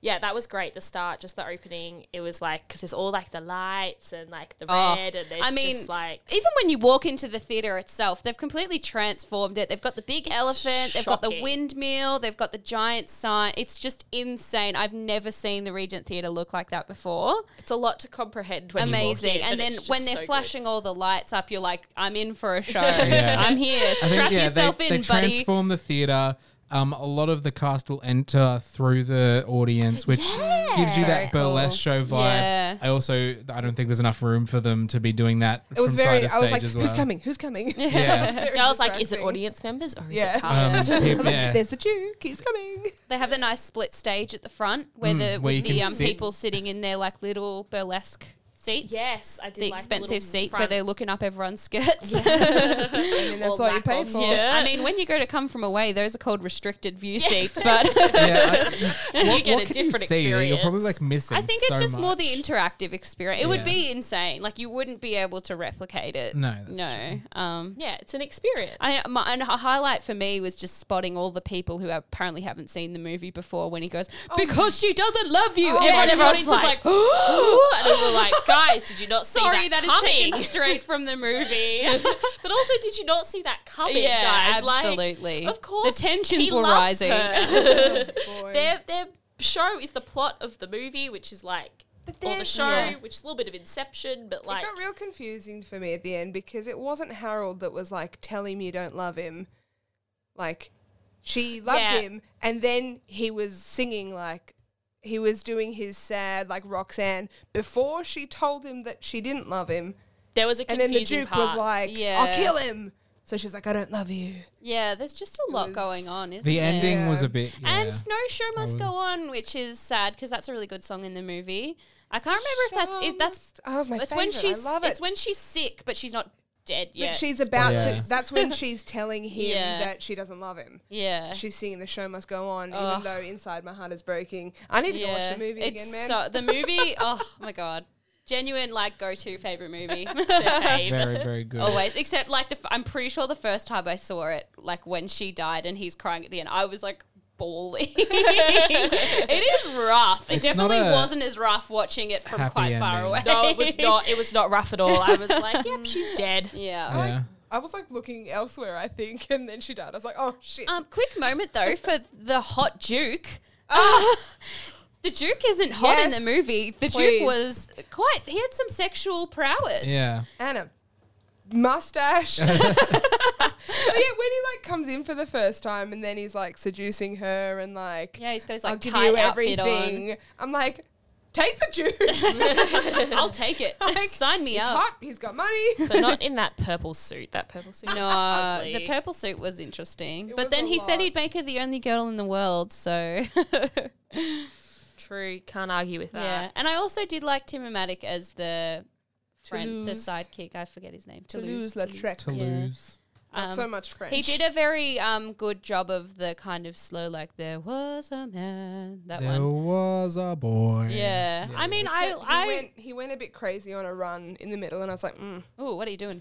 [SPEAKER 3] yeah, that was great. The start, just the opening, it was like because there's all like the lights and like the
[SPEAKER 2] Oh,
[SPEAKER 3] red and there's
[SPEAKER 2] I mean,
[SPEAKER 3] just like
[SPEAKER 2] even when you walk into the theater itself, they've completely transformed it. They've got the big elephant, they've got the
[SPEAKER 3] shocking.
[SPEAKER 2] windmill, they've got the giant sign. It's just insane. I've never seen the Regent Theater look like that before.
[SPEAKER 3] it's a lot to comprehend when
[SPEAKER 2] Amazing.
[SPEAKER 3] You walk in, but
[SPEAKER 2] and then
[SPEAKER 3] it's just
[SPEAKER 2] when they're
[SPEAKER 3] so good.
[SPEAKER 2] flashing all the lights up, you're like, I'm in for a show.
[SPEAKER 1] Yeah.
[SPEAKER 2] I'm here.
[SPEAKER 1] I think,
[SPEAKER 2] Strap
[SPEAKER 1] yeah,
[SPEAKER 2] yourself
[SPEAKER 1] they,
[SPEAKER 2] in,
[SPEAKER 1] they
[SPEAKER 2] buddy.
[SPEAKER 1] transform the theater. Um, a lot of the cast will enter through the audience, which gives you
[SPEAKER 2] Very
[SPEAKER 1] that burlesque
[SPEAKER 2] cool.
[SPEAKER 1] show vibe.
[SPEAKER 2] Yeah.
[SPEAKER 1] I also I don't think there's enough room for them to be doing that.
[SPEAKER 4] It was
[SPEAKER 1] from
[SPEAKER 4] very.
[SPEAKER 1] Side of
[SPEAKER 4] I was
[SPEAKER 1] stage
[SPEAKER 4] like,
[SPEAKER 1] as
[SPEAKER 4] who's
[SPEAKER 1] well.
[SPEAKER 4] coming? Who's coming?
[SPEAKER 1] Yeah.
[SPEAKER 4] Very
[SPEAKER 3] And I was like, is it
[SPEAKER 4] distracting.
[SPEAKER 3] audience members or is
[SPEAKER 4] Yeah.
[SPEAKER 3] it
[SPEAKER 1] Um,
[SPEAKER 3] cast?
[SPEAKER 4] I was like,
[SPEAKER 1] yeah.
[SPEAKER 4] there's the Duke. He's coming.
[SPEAKER 2] They have the nice split stage at the front where the
[SPEAKER 1] Mm, where you
[SPEAKER 2] with the
[SPEAKER 1] can
[SPEAKER 2] um,
[SPEAKER 1] sit.
[SPEAKER 2] people sitting in their like little burlesque seats.
[SPEAKER 3] yes, I did
[SPEAKER 2] The
[SPEAKER 3] like
[SPEAKER 2] expensive
[SPEAKER 3] little
[SPEAKER 2] seats where
[SPEAKER 3] front-
[SPEAKER 2] they're looking up everyone's skirts.
[SPEAKER 4] I mean, that's
[SPEAKER 3] Or
[SPEAKER 4] what you
[SPEAKER 3] lack
[SPEAKER 4] pay
[SPEAKER 3] of
[SPEAKER 4] for.
[SPEAKER 3] Yeah.
[SPEAKER 2] I mean, when you go to come from away, those are called restricted view seats, but
[SPEAKER 1] Yeah, I,
[SPEAKER 3] You
[SPEAKER 1] what-
[SPEAKER 3] get
[SPEAKER 1] what
[SPEAKER 3] a
[SPEAKER 1] can
[SPEAKER 3] different
[SPEAKER 1] see that You're probably
[SPEAKER 3] experience.
[SPEAKER 1] like missing.
[SPEAKER 2] I think it's
[SPEAKER 1] so
[SPEAKER 2] just more
[SPEAKER 1] much.
[SPEAKER 2] the interactive experience. It would
[SPEAKER 1] Yeah.
[SPEAKER 2] be insane. Like you wouldn't be able to replicate it.
[SPEAKER 1] No, that's
[SPEAKER 2] no. Um,
[SPEAKER 3] yeah, it's an experience.
[SPEAKER 2] I, my, and a highlight for me was just spotting all the people who apparently haven't seen the movie before when he goes, Because she doesn't love you.
[SPEAKER 3] Oh,
[SPEAKER 2] Everyone,
[SPEAKER 3] and everyone's
[SPEAKER 2] everyone's
[SPEAKER 3] just
[SPEAKER 2] like,
[SPEAKER 3] like, and we were like, guys, did you not see
[SPEAKER 2] Sorry, that
[SPEAKER 3] that,
[SPEAKER 2] is
[SPEAKER 3] coming?
[SPEAKER 2] taken straight from the movie.
[SPEAKER 3] but also, did you not see that coming,
[SPEAKER 2] yeah,
[SPEAKER 3] guys? Like,
[SPEAKER 2] absolutely.
[SPEAKER 3] of course,
[SPEAKER 2] The tensions
[SPEAKER 3] he
[SPEAKER 2] were
[SPEAKER 3] loves
[SPEAKER 2] rising.
[SPEAKER 3] her.
[SPEAKER 4] Boy.
[SPEAKER 3] their their show is the plot of the movie, which is like, or
[SPEAKER 4] then-
[SPEAKER 3] the show,
[SPEAKER 2] Yeah.
[SPEAKER 3] which is a little bit of Inception, but
[SPEAKER 4] It
[SPEAKER 3] like,
[SPEAKER 4] got real confusing for me at the end because it wasn't Harold that was like, tell him you don't love him. Like, she loved
[SPEAKER 3] Yeah.
[SPEAKER 4] him. And then he was singing, like, he was doing his sad, like Roxanne, before she told him that she didn't love him.
[SPEAKER 3] there was a
[SPEAKER 4] And
[SPEAKER 3] confusing
[SPEAKER 4] then the Duke
[SPEAKER 3] part.
[SPEAKER 4] was like,
[SPEAKER 2] Yeah.
[SPEAKER 4] I'll kill him. So she's like, I don't love you.
[SPEAKER 2] yeah, there's just a lot
[SPEAKER 4] was-
[SPEAKER 2] going on, isn't
[SPEAKER 1] The
[SPEAKER 2] there?
[SPEAKER 1] ending was
[SPEAKER 4] Yeah.
[SPEAKER 1] a bit. Yeah.
[SPEAKER 2] And No Show Must
[SPEAKER 1] would-
[SPEAKER 2] Go On, which is sad because that's a really good song in the movie. I can't remember if that's is
[SPEAKER 4] Show
[SPEAKER 2] that's
[SPEAKER 4] must- oh, that was my
[SPEAKER 2] it's
[SPEAKER 4] favorite.
[SPEAKER 2] when she's
[SPEAKER 4] I love it.
[SPEAKER 2] it's when she's sick, but she's not dead
[SPEAKER 4] But
[SPEAKER 2] yet.
[SPEAKER 4] she's about
[SPEAKER 1] Yeah.
[SPEAKER 4] to. That's when she's telling him
[SPEAKER 2] Yeah.
[SPEAKER 4] that she doesn't love him.
[SPEAKER 2] yeah.
[SPEAKER 4] She's singing "The Show Must Go On,"
[SPEAKER 2] Ugh.
[SPEAKER 4] even though inside my heart is breaking. I need to go watch the movie
[SPEAKER 2] it's
[SPEAKER 4] again, man.
[SPEAKER 2] So, the movie, oh my god, genuine like go to favorite movie.
[SPEAKER 1] very very good.
[SPEAKER 2] Always, except like the f- I'm pretty sure the first time I saw it, like when she died and he's crying at the end, I was like bawling. it is rough. It
[SPEAKER 1] It's not
[SPEAKER 2] definitely
[SPEAKER 1] a
[SPEAKER 2] wasn't as rough watching it from
[SPEAKER 1] happy
[SPEAKER 2] quite far
[SPEAKER 1] ending.
[SPEAKER 2] away.
[SPEAKER 3] no, it was not. It was not rough at all. I was like, yep, she's dead.
[SPEAKER 2] Yeah.
[SPEAKER 1] yeah.
[SPEAKER 4] I was like looking elsewhere, I think, and then she died. I was like, "Oh shit!"
[SPEAKER 2] Um, quick moment though for the hot Duke.
[SPEAKER 3] Oh.
[SPEAKER 2] the Duke isn't hot in
[SPEAKER 4] Yes,
[SPEAKER 2] the movie. The Duke
[SPEAKER 4] please.
[SPEAKER 2] was quite. He had some sexual prowess.
[SPEAKER 1] Yeah.
[SPEAKER 4] Anna, mustache. But yeah, when he like comes in for the first time, and then he's like seducing her, and like,
[SPEAKER 2] Yeah, he's got his
[SPEAKER 4] "I'll
[SPEAKER 2] like
[SPEAKER 4] give
[SPEAKER 2] tight
[SPEAKER 4] you
[SPEAKER 2] outfit on.
[SPEAKER 4] everything." I'm like, take the Jew.
[SPEAKER 2] I'll take it.
[SPEAKER 4] Like,
[SPEAKER 2] Sign me
[SPEAKER 4] He's
[SPEAKER 2] up.
[SPEAKER 4] hot. He's got money.
[SPEAKER 3] but not in that purple suit. That purple suit. was
[SPEAKER 2] No,
[SPEAKER 3] ugly.
[SPEAKER 2] the purple suit was interesting,
[SPEAKER 4] It
[SPEAKER 2] but
[SPEAKER 4] was
[SPEAKER 2] then
[SPEAKER 4] a
[SPEAKER 2] he said
[SPEAKER 4] lot.
[SPEAKER 2] he'd make her the only girl in the world. So
[SPEAKER 3] True. Can't argue with
[SPEAKER 2] yeah,
[SPEAKER 3] that.
[SPEAKER 2] and I also did like Tim Amatic as the friend, the
[SPEAKER 4] Toulouse.
[SPEAKER 2] sidekick. I forget his name. Toulouse.
[SPEAKER 4] Toulouse-Lautrec.
[SPEAKER 1] Toulouse.
[SPEAKER 4] Not so
[SPEAKER 2] Um,
[SPEAKER 4] much French.
[SPEAKER 2] He did a very um, good job of the kind of slow, like there was a man. That
[SPEAKER 1] There
[SPEAKER 2] one.
[SPEAKER 1] was a boy.
[SPEAKER 2] Yeah. I mean, I,
[SPEAKER 4] Except he
[SPEAKER 2] I.
[SPEAKER 4] went he went a bit crazy on a run in the middle, and I was like, mm,
[SPEAKER 2] Ooh, what are you doing?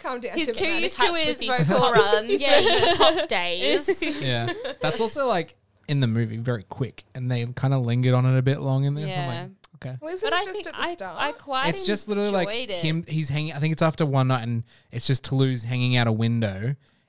[SPEAKER 4] calm down.
[SPEAKER 2] He's
[SPEAKER 4] Tim
[SPEAKER 2] too
[SPEAKER 4] Amatic.
[SPEAKER 2] used
[SPEAKER 3] touch
[SPEAKER 2] to
[SPEAKER 3] with
[SPEAKER 2] his
[SPEAKER 3] these
[SPEAKER 2] vocal
[SPEAKER 3] pop-
[SPEAKER 2] runs.
[SPEAKER 3] Yeah,
[SPEAKER 2] Yeah.
[SPEAKER 3] his pop days.
[SPEAKER 1] yeah. That's also like in the movie very quick, and they kind of lingered on it a bit long in this. I'm like, okay.
[SPEAKER 4] Well, isn't
[SPEAKER 2] But
[SPEAKER 4] it
[SPEAKER 2] I
[SPEAKER 4] just
[SPEAKER 2] think
[SPEAKER 4] at the
[SPEAKER 2] I,
[SPEAKER 4] start?
[SPEAKER 2] I quite
[SPEAKER 1] it's just literally like
[SPEAKER 2] enjoyed it.
[SPEAKER 1] him. He's hanging. I think it's after one night, and it's just Toulouse hanging out a window,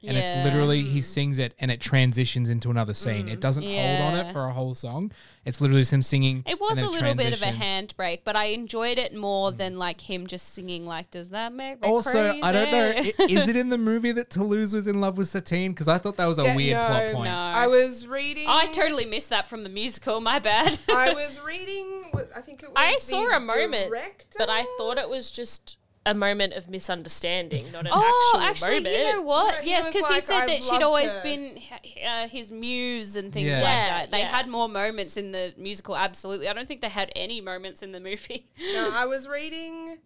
[SPEAKER 1] and
[SPEAKER 2] Yeah. Mm.
[SPEAKER 1] it's literally he sings it, and it transitions into another scene. It doesn't hold on
[SPEAKER 2] Yeah.
[SPEAKER 1] it for a whole song. It's literally just him singing.
[SPEAKER 2] It was
[SPEAKER 1] and then
[SPEAKER 2] a little bit of a
[SPEAKER 1] transitions.
[SPEAKER 2] handbrake, but I enjoyed it more than like him just singing. Like, does that make me
[SPEAKER 1] Also,
[SPEAKER 2] crazy?
[SPEAKER 1] I don't know. i- Is it in the movie that Toulouse was in love with Satine? Because I thought that was a
[SPEAKER 4] Yeah,
[SPEAKER 1] weird
[SPEAKER 4] no,
[SPEAKER 1] plot point.
[SPEAKER 2] no,
[SPEAKER 4] I was reading.
[SPEAKER 2] Oh, I totally missed that from the musical. My bad.
[SPEAKER 4] I was reading. wa- I think it was.
[SPEAKER 3] I
[SPEAKER 4] the
[SPEAKER 3] saw a moment,
[SPEAKER 4] director?
[SPEAKER 3] but I thought it was just a moment of misunderstanding, not an
[SPEAKER 2] oh,
[SPEAKER 3] actual
[SPEAKER 2] actually,
[SPEAKER 3] moment.
[SPEAKER 2] you know what?
[SPEAKER 4] So he
[SPEAKER 2] yes,
[SPEAKER 4] was
[SPEAKER 2] because he
[SPEAKER 4] like,
[SPEAKER 2] said
[SPEAKER 4] "I
[SPEAKER 2] that she'd
[SPEAKER 4] loved
[SPEAKER 2] always
[SPEAKER 4] her."
[SPEAKER 2] been uh, his muse and things
[SPEAKER 1] Yeah.
[SPEAKER 2] like
[SPEAKER 3] Yeah,
[SPEAKER 2] that. They
[SPEAKER 3] yeah.
[SPEAKER 2] had more moments in the musical. Absolutely, I don't think they had any moments in the movie.
[SPEAKER 4] No, I was reading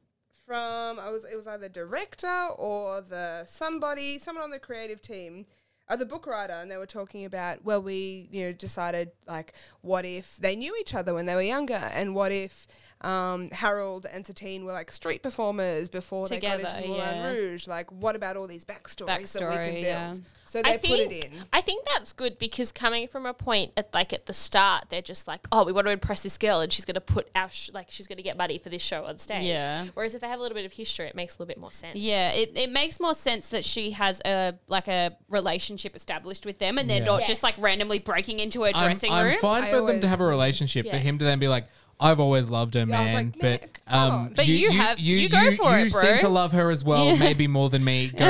[SPEAKER 4] from I was it was either director or the somebody someone on the creative team or the book writer and they were talking about well we you know decided like what if they knew each other when they were younger and what if um, Harold and Satine were like street performers before they got
[SPEAKER 2] Together,
[SPEAKER 4] into Moulin
[SPEAKER 2] yeah.
[SPEAKER 4] Rouge like what about all these backstories that we can
[SPEAKER 2] Backstory,
[SPEAKER 4] build
[SPEAKER 2] yeah.
[SPEAKER 4] so they
[SPEAKER 3] I
[SPEAKER 4] put
[SPEAKER 3] think,
[SPEAKER 4] it in
[SPEAKER 3] I think that's good because coming from a point at like at the start, they're just like, oh, we want to impress this girl, and she's going to put our sh- like she's going to get money for this show on stage.
[SPEAKER 2] Yeah.
[SPEAKER 3] Whereas if they have a little bit of history, it makes a little bit more sense.
[SPEAKER 2] Yeah, it, it makes more sense that she has a like a relationship established with them, and they're
[SPEAKER 1] Yeah.
[SPEAKER 2] not
[SPEAKER 3] Yes.
[SPEAKER 2] just like randomly breaking into her
[SPEAKER 1] I'm,
[SPEAKER 2] dressing
[SPEAKER 1] I'm
[SPEAKER 2] room.
[SPEAKER 1] fine
[SPEAKER 4] I
[SPEAKER 1] for them
[SPEAKER 4] always-
[SPEAKER 1] to have a relationship.
[SPEAKER 3] Yeah.
[SPEAKER 1] For him to then be like, "I've always loved her,
[SPEAKER 4] Yeah, I was
[SPEAKER 1] man,"
[SPEAKER 4] like, "Man,
[SPEAKER 1] but um,
[SPEAKER 4] come on."
[SPEAKER 2] But you have- you go for
[SPEAKER 1] you
[SPEAKER 2] it, bro.
[SPEAKER 1] seem to love her as well,
[SPEAKER 2] Yeah.
[SPEAKER 1] maybe more than me. Go, go,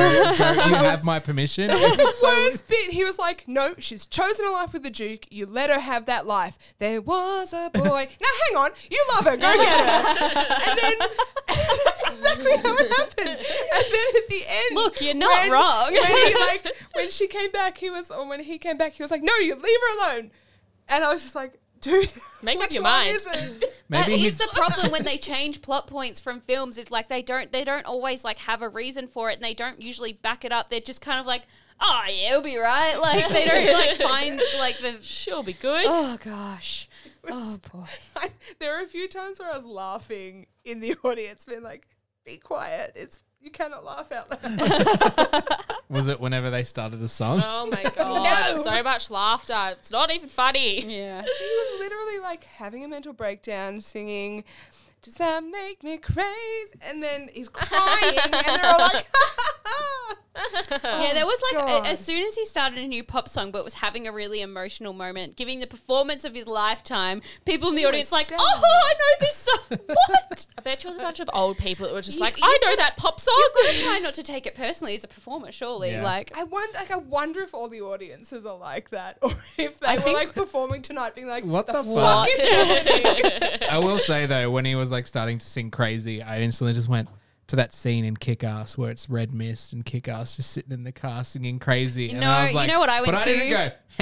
[SPEAKER 1] you have my permission.
[SPEAKER 4] the worst bit. He was like, "No, she's chosen a life with the Duke. You let her have that life. There was a boy. now, hang on, you love her. Go get her." and then that's exactly how it happened. And then at the end,
[SPEAKER 2] Look, you're not wrong.
[SPEAKER 4] When he like when she came back, he was or when he came back, he was like, "No, you leave her alone." And I was just like, "Dude,
[SPEAKER 3] Make up
[SPEAKER 4] which
[SPEAKER 3] your
[SPEAKER 4] one
[SPEAKER 3] mind."
[SPEAKER 4] is it?
[SPEAKER 2] That
[SPEAKER 1] maybe
[SPEAKER 2] is
[SPEAKER 1] he's
[SPEAKER 2] the problem when they change plot points from films. It's like they don't they don't always like have a reason for it, and they don't usually back it up. They're just kind of like, oh yeah, it'll be right. Like they don't like find like the
[SPEAKER 3] She'll be good.
[SPEAKER 2] oh gosh, oh boy.
[SPEAKER 4] I- there were a few times where I was laughing in the audience, being like, "Be quiet. It's you cannot laugh out loud."
[SPEAKER 1] was it whenever they started the song.
[SPEAKER 3] Oh my god!
[SPEAKER 4] No.
[SPEAKER 3] So much laughter. It's not even funny.
[SPEAKER 2] Yeah.
[SPEAKER 4] he was literally like having a mental breakdown, singing, "Does that make me crazy?" And then he's crying, and they're all like,
[SPEAKER 2] Yeah, there was like
[SPEAKER 4] God.
[SPEAKER 2] a, as soon as he started a new pop song, but was having a really emotional moment, giving the performance of his lifetime. People in the audience like,
[SPEAKER 4] sad.
[SPEAKER 2] oh, I know this song. What?
[SPEAKER 3] I bet you was a bunch of old people that were just
[SPEAKER 2] You-
[SPEAKER 3] like,
[SPEAKER 2] you
[SPEAKER 3] I know that pop song.
[SPEAKER 2] Try not to take it personally as a performer, surely.
[SPEAKER 1] Yeah.
[SPEAKER 2] Like,
[SPEAKER 4] "I wonder, like, I wonder if all the audiences are like that, or if they were
[SPEAKER 2] think-
[SPEAKER 4] like performing tonight, being like,
[SPEAKER 1] What the
[SPEAKER 4] fuck
[SPEAKER 1] fuck?
[SPEAKER 4] is happening?"
[SPEAKER 1] I will say though, when he was like starting to sing crazy, I instantly just went to that scene in Kick Ass where it's Red Mist and Kick Ass just sitting in the car singing crazy. and
[SPEAKER 2] know-
[SPEAKER 1] I was
[SPEAKER 2] you
[SPEAKER 1] like,
[SPEAKER 2] know what I
[SPEAKER 1] but
[SPEAKER 2] went
[SPEAKER 1] I
[SPEAKER 2] to?
[SPEAKER 1] didn't go.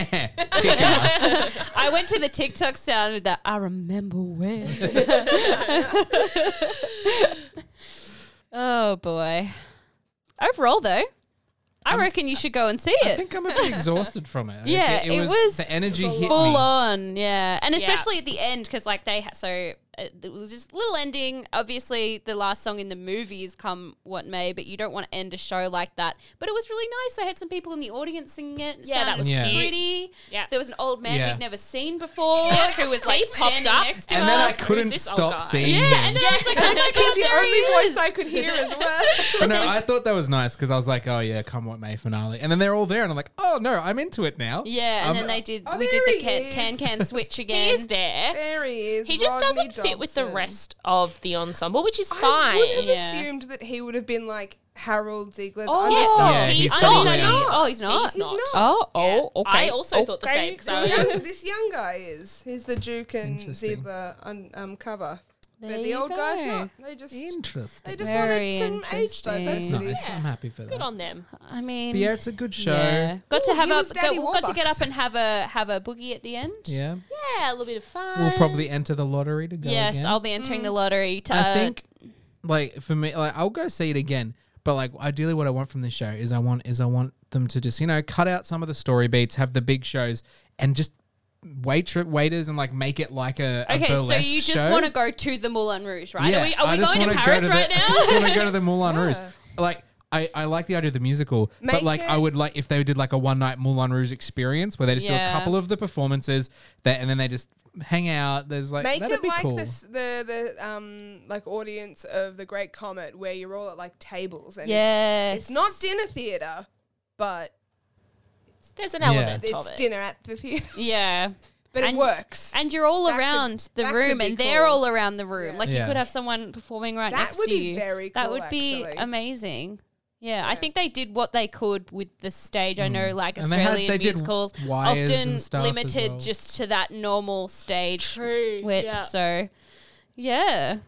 [SPEAKER 1] Kick Ass.
[SPEAKER 2] I went to the TikTok sound with that. I remember when. oh boy. Overall, though, I reckon you should go and see
[SPEAKER 1] I
[SPEAKER 2] it.
[SPEAKER 1] think I'm a bit exhausted from it. I think
[SPEAKER 2] Yeah, it was
[SPEAKER 1] the energy hit
[SPEAKER 2] Full
[SPEAKER 1] me.
[SPEAKER 2] on, yeah, and
[SPEAKER 3] Yeah.
[SPEAKER 2] especially at the end because like they ha- so uh, it was just a little ending. Obviously, the last song in the movie is "Come What May," but you don't want to end a show like that. But it was really nice. They had some people in the audience singing it. it
[SPEAKER 3] Yeah, that
[SPEAKER 2] sounded
[SPEAKER 3] was
[SPEAKER 1] Yeah. cute.
[SPEAKER 2] pretty.
[SPEAKER 3] Yeah.
[SPEAKER 2] there was an old man
[SPEAKER 1] Yeah.
[SPEAKER 2] we'd never seen before who was like
[SPEAKER 3] He popped
[SPEAKER 2] standing
[SPEAKER 3] up.
[SPEAKER 2] next to
[SPEAKER 1] and then I
[SPEAKER 2] us.
[SPEAKER 1] couldn't
[SPEAKER 3] this old
[SPEAKER 1] stop
[SPEAKER 3] guy?
[SPEAKER 1] seeing
[SPEAKER 2] Yeah,
[SPEAKER 1] him.
[SPEAKER 2] and then I was like, oh my
[SPEAKER 4] He's
[SPEAKER 2] god,
[SPEAKER 4] the
[SPEAKER 2] there
[SPEAKER 4] only
[SPEAKER 2] he
[SPEAKER 4] voice
[SPEAKER 2] is.
[SPEAKER 4] I could hear as well.
[SPEAKER 1] But no, I thought that was nice because I was like, oh yeah, come what may finale, and then they're all there, and I'm like, oh no, I'm into it now.
[SPEAKER 2] yeah, and
[SPEAKER 1] Um,
[SPEAKER 2] then they did.
[SPEAKER 4] oh,
[SPEAKER 2] we did
[SPEAKER 4] there
[SPEAKER 2] the
[SPEAKER 4] he
[SPEAKER 2] can,
[SPEAKER 4] is.
[SPEAKER 2] can can switch again.
[SPEAKER 3] He is there.
[SPEAKER 4] there he is.
[SPEAKER 3] He just
[SPEAKER 4] Rodney
[SPEAKER 3] doesn't fit with the
[SPEAKER 4] Dobson.
[SPEAKER 3] rest of the ensemble, which is
[SPEAKER 4] I would
[SPEAKER 3] fine.
[SPEAKER 4] have
[SPEAKER 2] Yeah.
[SPEAKER 4] assumed that he would have been like Harold Ziegler's
[SPEAKER 2] Oh,
[SPEAKER 4] Unstoppable.
[SPEAKER 1] Yeah,
[SPEAKER 2] he's,
[SPEAKER 1] he's
[SPEAKER 2] not.
[SPEAKER 1] not.
[SPEAKER 2] Oh, he's not.
[SPEAKER 3] He's not.
[SPEAKER 2] Oh, oh,
[SPEAKER 3] Yeah.
[SPEAKER 2] okay.
[SPEAKER 3] I also thought the same because I
[SPEAKER 4] This
[SPEAKER 3] was
[SPEAKER 4] young, this young guy is. He's the Duke and
[SPEAKER 1] Interesting.
[SPEAKER 4] Ziegler un, um, cover.
[SPEAKER 2] There
[SPEAKER 4] but the
[SPEAKER 2] you
[SPEAKER 4] old guy's
[SPEAKER 2] go.
[SPEAKER 4] not. They just
[SPEAKER 1] Interesting.
[SPEAKER 4] they just
[SPEAKER 2] Very
[SPEAKER 4] wanted some
[SPEAKER 2] interesting.
[SPEAKER 4] age
[SPEAKER 1] It's
[SPEAKER 2] It's
[SPEAKER 4] diversity.
[SPEAKER 1] nice. I'm happy for
[SPEAKER 3] good
[SPEAKER 1] that.
[SPEAKER 3] on them.
[SPEAKER 2] I mean,
[SPEAKER 1] But yeah, it's a good show.
[SPEAKER 2] yeah.
[SPEAKER 1] Yeah.
[SPEAKER 2] Got to
[SPEAKER 4] Ooh,
[SPEAKER 2] have
[SPEAKER 4] he
[SPEAKER 2] a
[SPEAKER 4] was Daddy
[SPEAKER 2] got, got to get
[SPEAKER 4] Warbucks.
[SPEAKER 2] up and have a have a boogie at the end.
[SPEAKER 3] Yeah, a little bit of fun.
[SPEAKER 1] We'll probably enter the lottery to go.
[SPEAKER 2] Mm. Yes,
[SPEAKER 1] again.
[SPEAKER 2] I'll uh, be entering the lottery. To,
[SPEAKER 1] I think, like for me, like I'll go see it again. But like ideally, what I want from this show is I want is I want them to just you know cut out some of the story beats, have the big shows, and just wait waiters and like make it like a, a
[SPEAKER 2] uh, Okay, so
[SPEAKER 1] burlesque
[SPEAKER 2] you just
[SPEAKER 1] show.
[SPEAKER 2] want to go to the Moulin Rouge, right?
[SPEAKER 1] Yeah,
[SPEAKER 2] are we, are
[SPEAKER 1] I
[SPEAKER 2] we
[SPEAKER 1] just
[SPEAKER 2] going to
[SPEAKER 1] wanna go
[SPEAKER 2] Paris
[SPEAKER 1] the-
[SPEAKER 2] right
[SPEAKER 1] I
[SPEAKER 2] now?
[SPEAKER 1] just want to go to the Moulin Rouge.
[SPEAKER 4] Yeah.
[SPEAKER 1] Like. I, I like the idea of the musical, but
[SPEAKER 4] Make
[SPEAKER 1] like I
[SPEAKER 4] it-
[SPEAKER 1] would like if they did like a one night Moulin Rouge experience where they just do a
[SPEAKER 2] Yeah.
[SPEAKER 1] couple of the performances that and then they just hang out. There's like
[SPEAKER 4] Make
[SPEAKER 1] that'd
[SPEAKER 4] it
[SPEAKER 1] be
[SPEAKER 4] like
[SPEAKER 1] cool.
[SPEAKER 4] the s the the um like audience of the Great Comet, where you're all at like tables and it's-
[SPEAKER 2] yes.
[SPEAKER 4] it's, not dinner theater, but
[SPEAKER 3] There's an
[SPEAKER 1] Yeah.
[SPEAKER 3] element of
[SPEAKER 4] it's
[SPEAKER 3] it.
[SPEAKER 4] dinner at the theater.
[SPEAKER 2] Yeah.
[SPEAKER 4] But
[SPEAKER 2] And-
[SPEAKER 4] it works.
[SPEAKER 2] And you're all
[SPEAKER 4] That could-
[SPEAKER 2] around the
[SPEAKER 4] that could
[SPEAKER 2] room,
[SPEAKER 4] be
[SPEAKER 2] and they're
[SPEAKER 4] cool.
[SPEAKER 2] all around the room. Like you
[SPEAKER 1] Yeah.
[SPEAKER 2] could have someone performing right
[SPEAKER 4] That
[SPEAKER 2] next
[SPEAKER 4] would
[SPEAKER 2] to
[SPEAKER 4] be
[SPEAKER 2] you.
[SPEAKER 4] very
[SPEAKER 2] That
[SPEAKER 4] cool,
[SPEAKER 2] would be
[SPEAKER 4] actually.
[SPEAKER 2] amazing. Yeah, I think they did what they could with the stage. I know, like
[SPEAKER 1] Mm. And they had-
[SPEAKER 2] Australian
[SPEAKER 1] they did
[SPEAKER 2] musicals,
[SPEAKER 1] wires and
[SPEAKER 2] often
[SPEAKER 1] stuff as
[SPEAKER 2] limited
[SPEAKER 1] well.
[SPEAKER 2] just to that normal stage
[SPEAKER 3] True.
[SPEAKER 2] width.
[SPEAKER 3] Yeah.
[SPEAKER 2] So, yeah,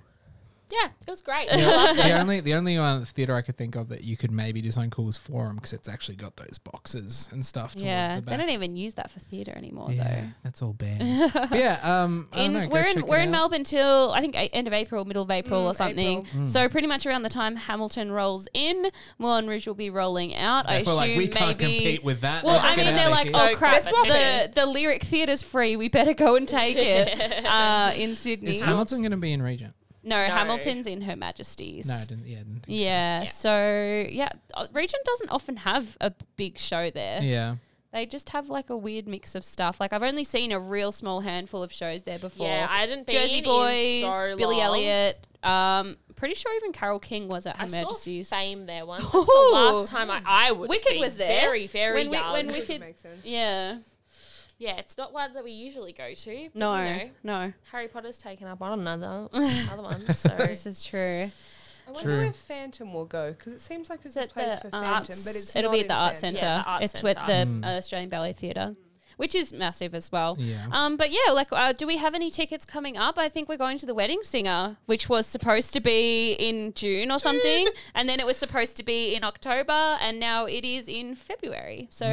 [SPEAKER 3] yeah, it was great.
[SPEAKER 1] the only the only one theater I could think of that you could maybe do something cool is Forum because it's actually got those boxes and stuff. Towards
[SPEAKER 2] yeah.
[SPEAKER 1] the
[SPEAKER 2] They
[SPEAKER 1] back.
[SPEAKER 2] don't even use that for theater anymore,
[SPEAKER 1] yeah,
[SPEAKER 2] though.
[SPEAKER 1] that's all banned. But yeah, um, I don't
[SPEAKER 2] In,
[SPEAKER 1] know, go
[SPEAKER 2] we're in
[SPEAKER 1] check
[SPEAKER 2] we're
[SPEAKER 1] it
[SPEAKER 2] in
[SPEAKER 1] out. Mm,
[SPEAKER 2] Melbourne till I think a- end of April, middle of April or something.
[SPEAKER 4] April.
[SPEAKER 2] So pretty much around the time Hamilton rolls in, Moulin Rouge will be rolling out. I
[SPEAKER 1] People
[SPEAKER 2] assume
[SPEAKER 1] are like, we
[SPEAKER 2] maybe.
[SPEAKER 1] can't compete with that.
[SPEAKER 2] well,
[SPEAKER 1] Let's
[SPEAKER 2] I
[SPEAKER 1] get
[SPEAKER 2] mean,
[SPEAKER 1] out
[SPEAKER 2] they're
[SPEAKER 1] of
[SPEAKER 2] like,
[SPEAKER 1] here.
[SPEAKER 2] oh crap,
[SPEAKER 4] Let's swap
[SPEAKER 2] the, the lyric theater's free. We better go and take it uh, in Sydney.
[SPEAKER 1] is Hamilton going to be in Regent?
[SPEAKER 2] no, Hamilton's in Her Majesty's.
[SPEAKER 1] No, I didn't. Yeah, I didn't think
[SPEAKER 2] yeah, so yeah, uh, Regent doesn't often have a big show there.
[SPEAKER 1] so. yeah.
[SPEAKER 2] They just have like a weird mix of stuff. Like I've only seen a real small handful of shows there before.
[SPEAKER 3] Yeah, I hadn't
[SPEAKER 2] Jersey
[SPEAKER 3] been in
[SPEAKER 2] Boys,
[SPEAKER 3] so
[SPEAKER 2] Billy
[SPEAKER 3] long.
[SPEAKER 2] Elliot. Um, pretty sure even Carol King was at Her
[SPEAKER 3] I saw
[SPEAKER 2] Majesty's.
[SPEAKER 3] Fame there once. That's the last
[SPEAKER 2] Ooh.
[SPEAKER 3] time I, I would.
[SPEAKER 2] Wicked
[SPEAKER 3] be
[SPEAKER 2] was there.
[SPEAKER 3] Very, very
[SPEAKER 2] when
[SPEAKER 3] young.
[SPEAKER 2] We, when
[SPEAKER 4] Wicked
[SPEAKER 2] Wicked,
[SPEAKER 4] makes sense.
[SPEAKER 2] yeah,
[SPEAKER 3] yeah, it's not one that we usually go to. but,
[SPEAKER 2] no,
[SPEAKER 3] you know,
[SPEAKER 2] no,
[SPEAKER 3] Harry Potter's taken up on another other ones. So
[SPEAKER 2] this is true.
[SPEAKER 4] I wonder
[SPEAKER 1] True.
[SPEAKER 4] where Phantom will go because it seems like a good
[SPEAKER 2] at
[SPEAKER 4] place
[SPEAKER 2] the
[SPEAKER 4] for
[SPEAKER 2] arts-
[SPEAKER 4] Phantom, but it's
[SPEAKER 2] it'll
[SPEAKER 4] not
[SPEAKER 2] be
[SPEAKER 4] in
[SPEAKER 2] at the arts
[SPEAKER 4] Phantom.
[SPEAKER 2] centre.
[SPEAKER 3] Yeah, the arts
[SPEAKER 2] it's with the
[SPEAKER 3] centre. Hmm.
[SPEAKER 2] Australian Ballet Theatre, which is massive as well.
[SPEAKER 1] Yeah.
[SPEAKER 2] Um, but yeah, like, uh, do we have any tickets coming up? I think we're going to the Wedding Singer, which was supposed to be in June or something, and then it was supposed to be in October, and now it is in February. So.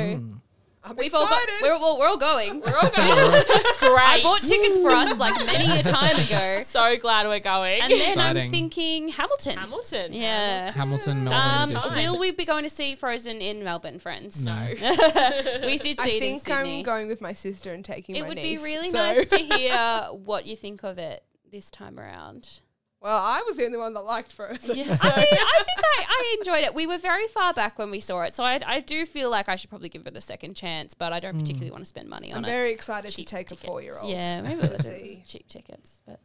[SPEAKER 4] I'm
[SPEAKER 2] We've all got,
[SPEAKER 4] excited.
[SPEAKER 2] we're, all- we're all going. We're all going.
[SPEAKER 3] great.
[SPEAKER 2] I bought tickets for us like many a time ago.
[SPEAKER 3] So glad we're going.
[SPEAKER 2] And then
[SPEAKER 1] Exciting.
[SPEAKER 2] I'm thinking Hamilton.
[SPEAKER 3] Hamilton.
[SPEAKER 2] Yeah.
[SPEAKER 1] Hamilton, Melbourne.
[SPEAKER 2] Um,
[SPEAKER 1] is
[SPEAKER 3] Fine.
[SPEAKER 1] issue.
[SPEAKER 2] will we be going to see Frozen in Melbourne, friends?
[SPEAKER 1] No.
[SPEAKER 2] we did see
[SPEAKER 4] I
[SPEAKER 2] it in
[SPEAKER 4] think
[SPEAKER 2] Sydney.
[SPEAKER 4] I'm going with my sister and taking
[SPEAKER 2] it
[SPEAKER 4] my
[SPEAKER 2] would be
[SPEAKER 4] niece.
[SPEAKER 2] really
[SPEAKER 4] so-
[SPEAKER 2] nice to hear what you think of it this time around.
[SPEAKER 4] well, I was the only one that liked Frozen.
[SPEAKER 2] Yeah. I, mean, I think I, I enjoyed it. We were very far back when we saw it, so I, I do feel like I should probably give it a second chance, but I don't
[SPEAKER 1] Hmm.
[SPEAKER 2] particularly want to spend money
[SPEAKER 4] I'm
[SPEAKER 2] on it.
[SPEAKER 4] very excited to take a four-year-old.
[SPEAKER 2] Yeah, maybe it was, it
[SPEAKER 4] see.
[SPEAKER 2] was cheap tickets, but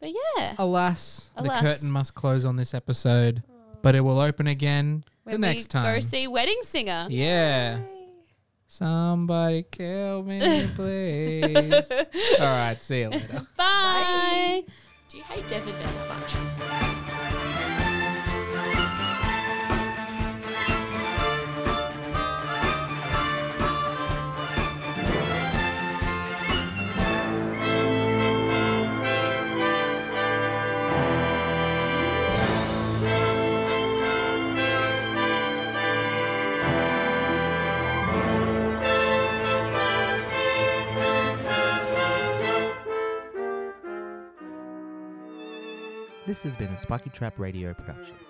[SPEAKER 2] but yeah,
[SPEAKER 1] Alas,
[SPEAKER 2] Alas.
[SPEAKER 1] the curtain must close on this episode, but it will open again
[SPEAKER 2] when
[SPEAKER 1] the next
[SPEAKER 2] we
[SPEAKER 1] time.
[SPEAKER 2] go see Wedding Singer.
[SPEAKER 1] Yeah. Somebody kill me, please. All right, see you later.
[SPEAKER 2] Bye.
[SPEAKER 3] Do you hate Devon that much?
[SPEAKER 5] This has been a Spiky Trap Radio production.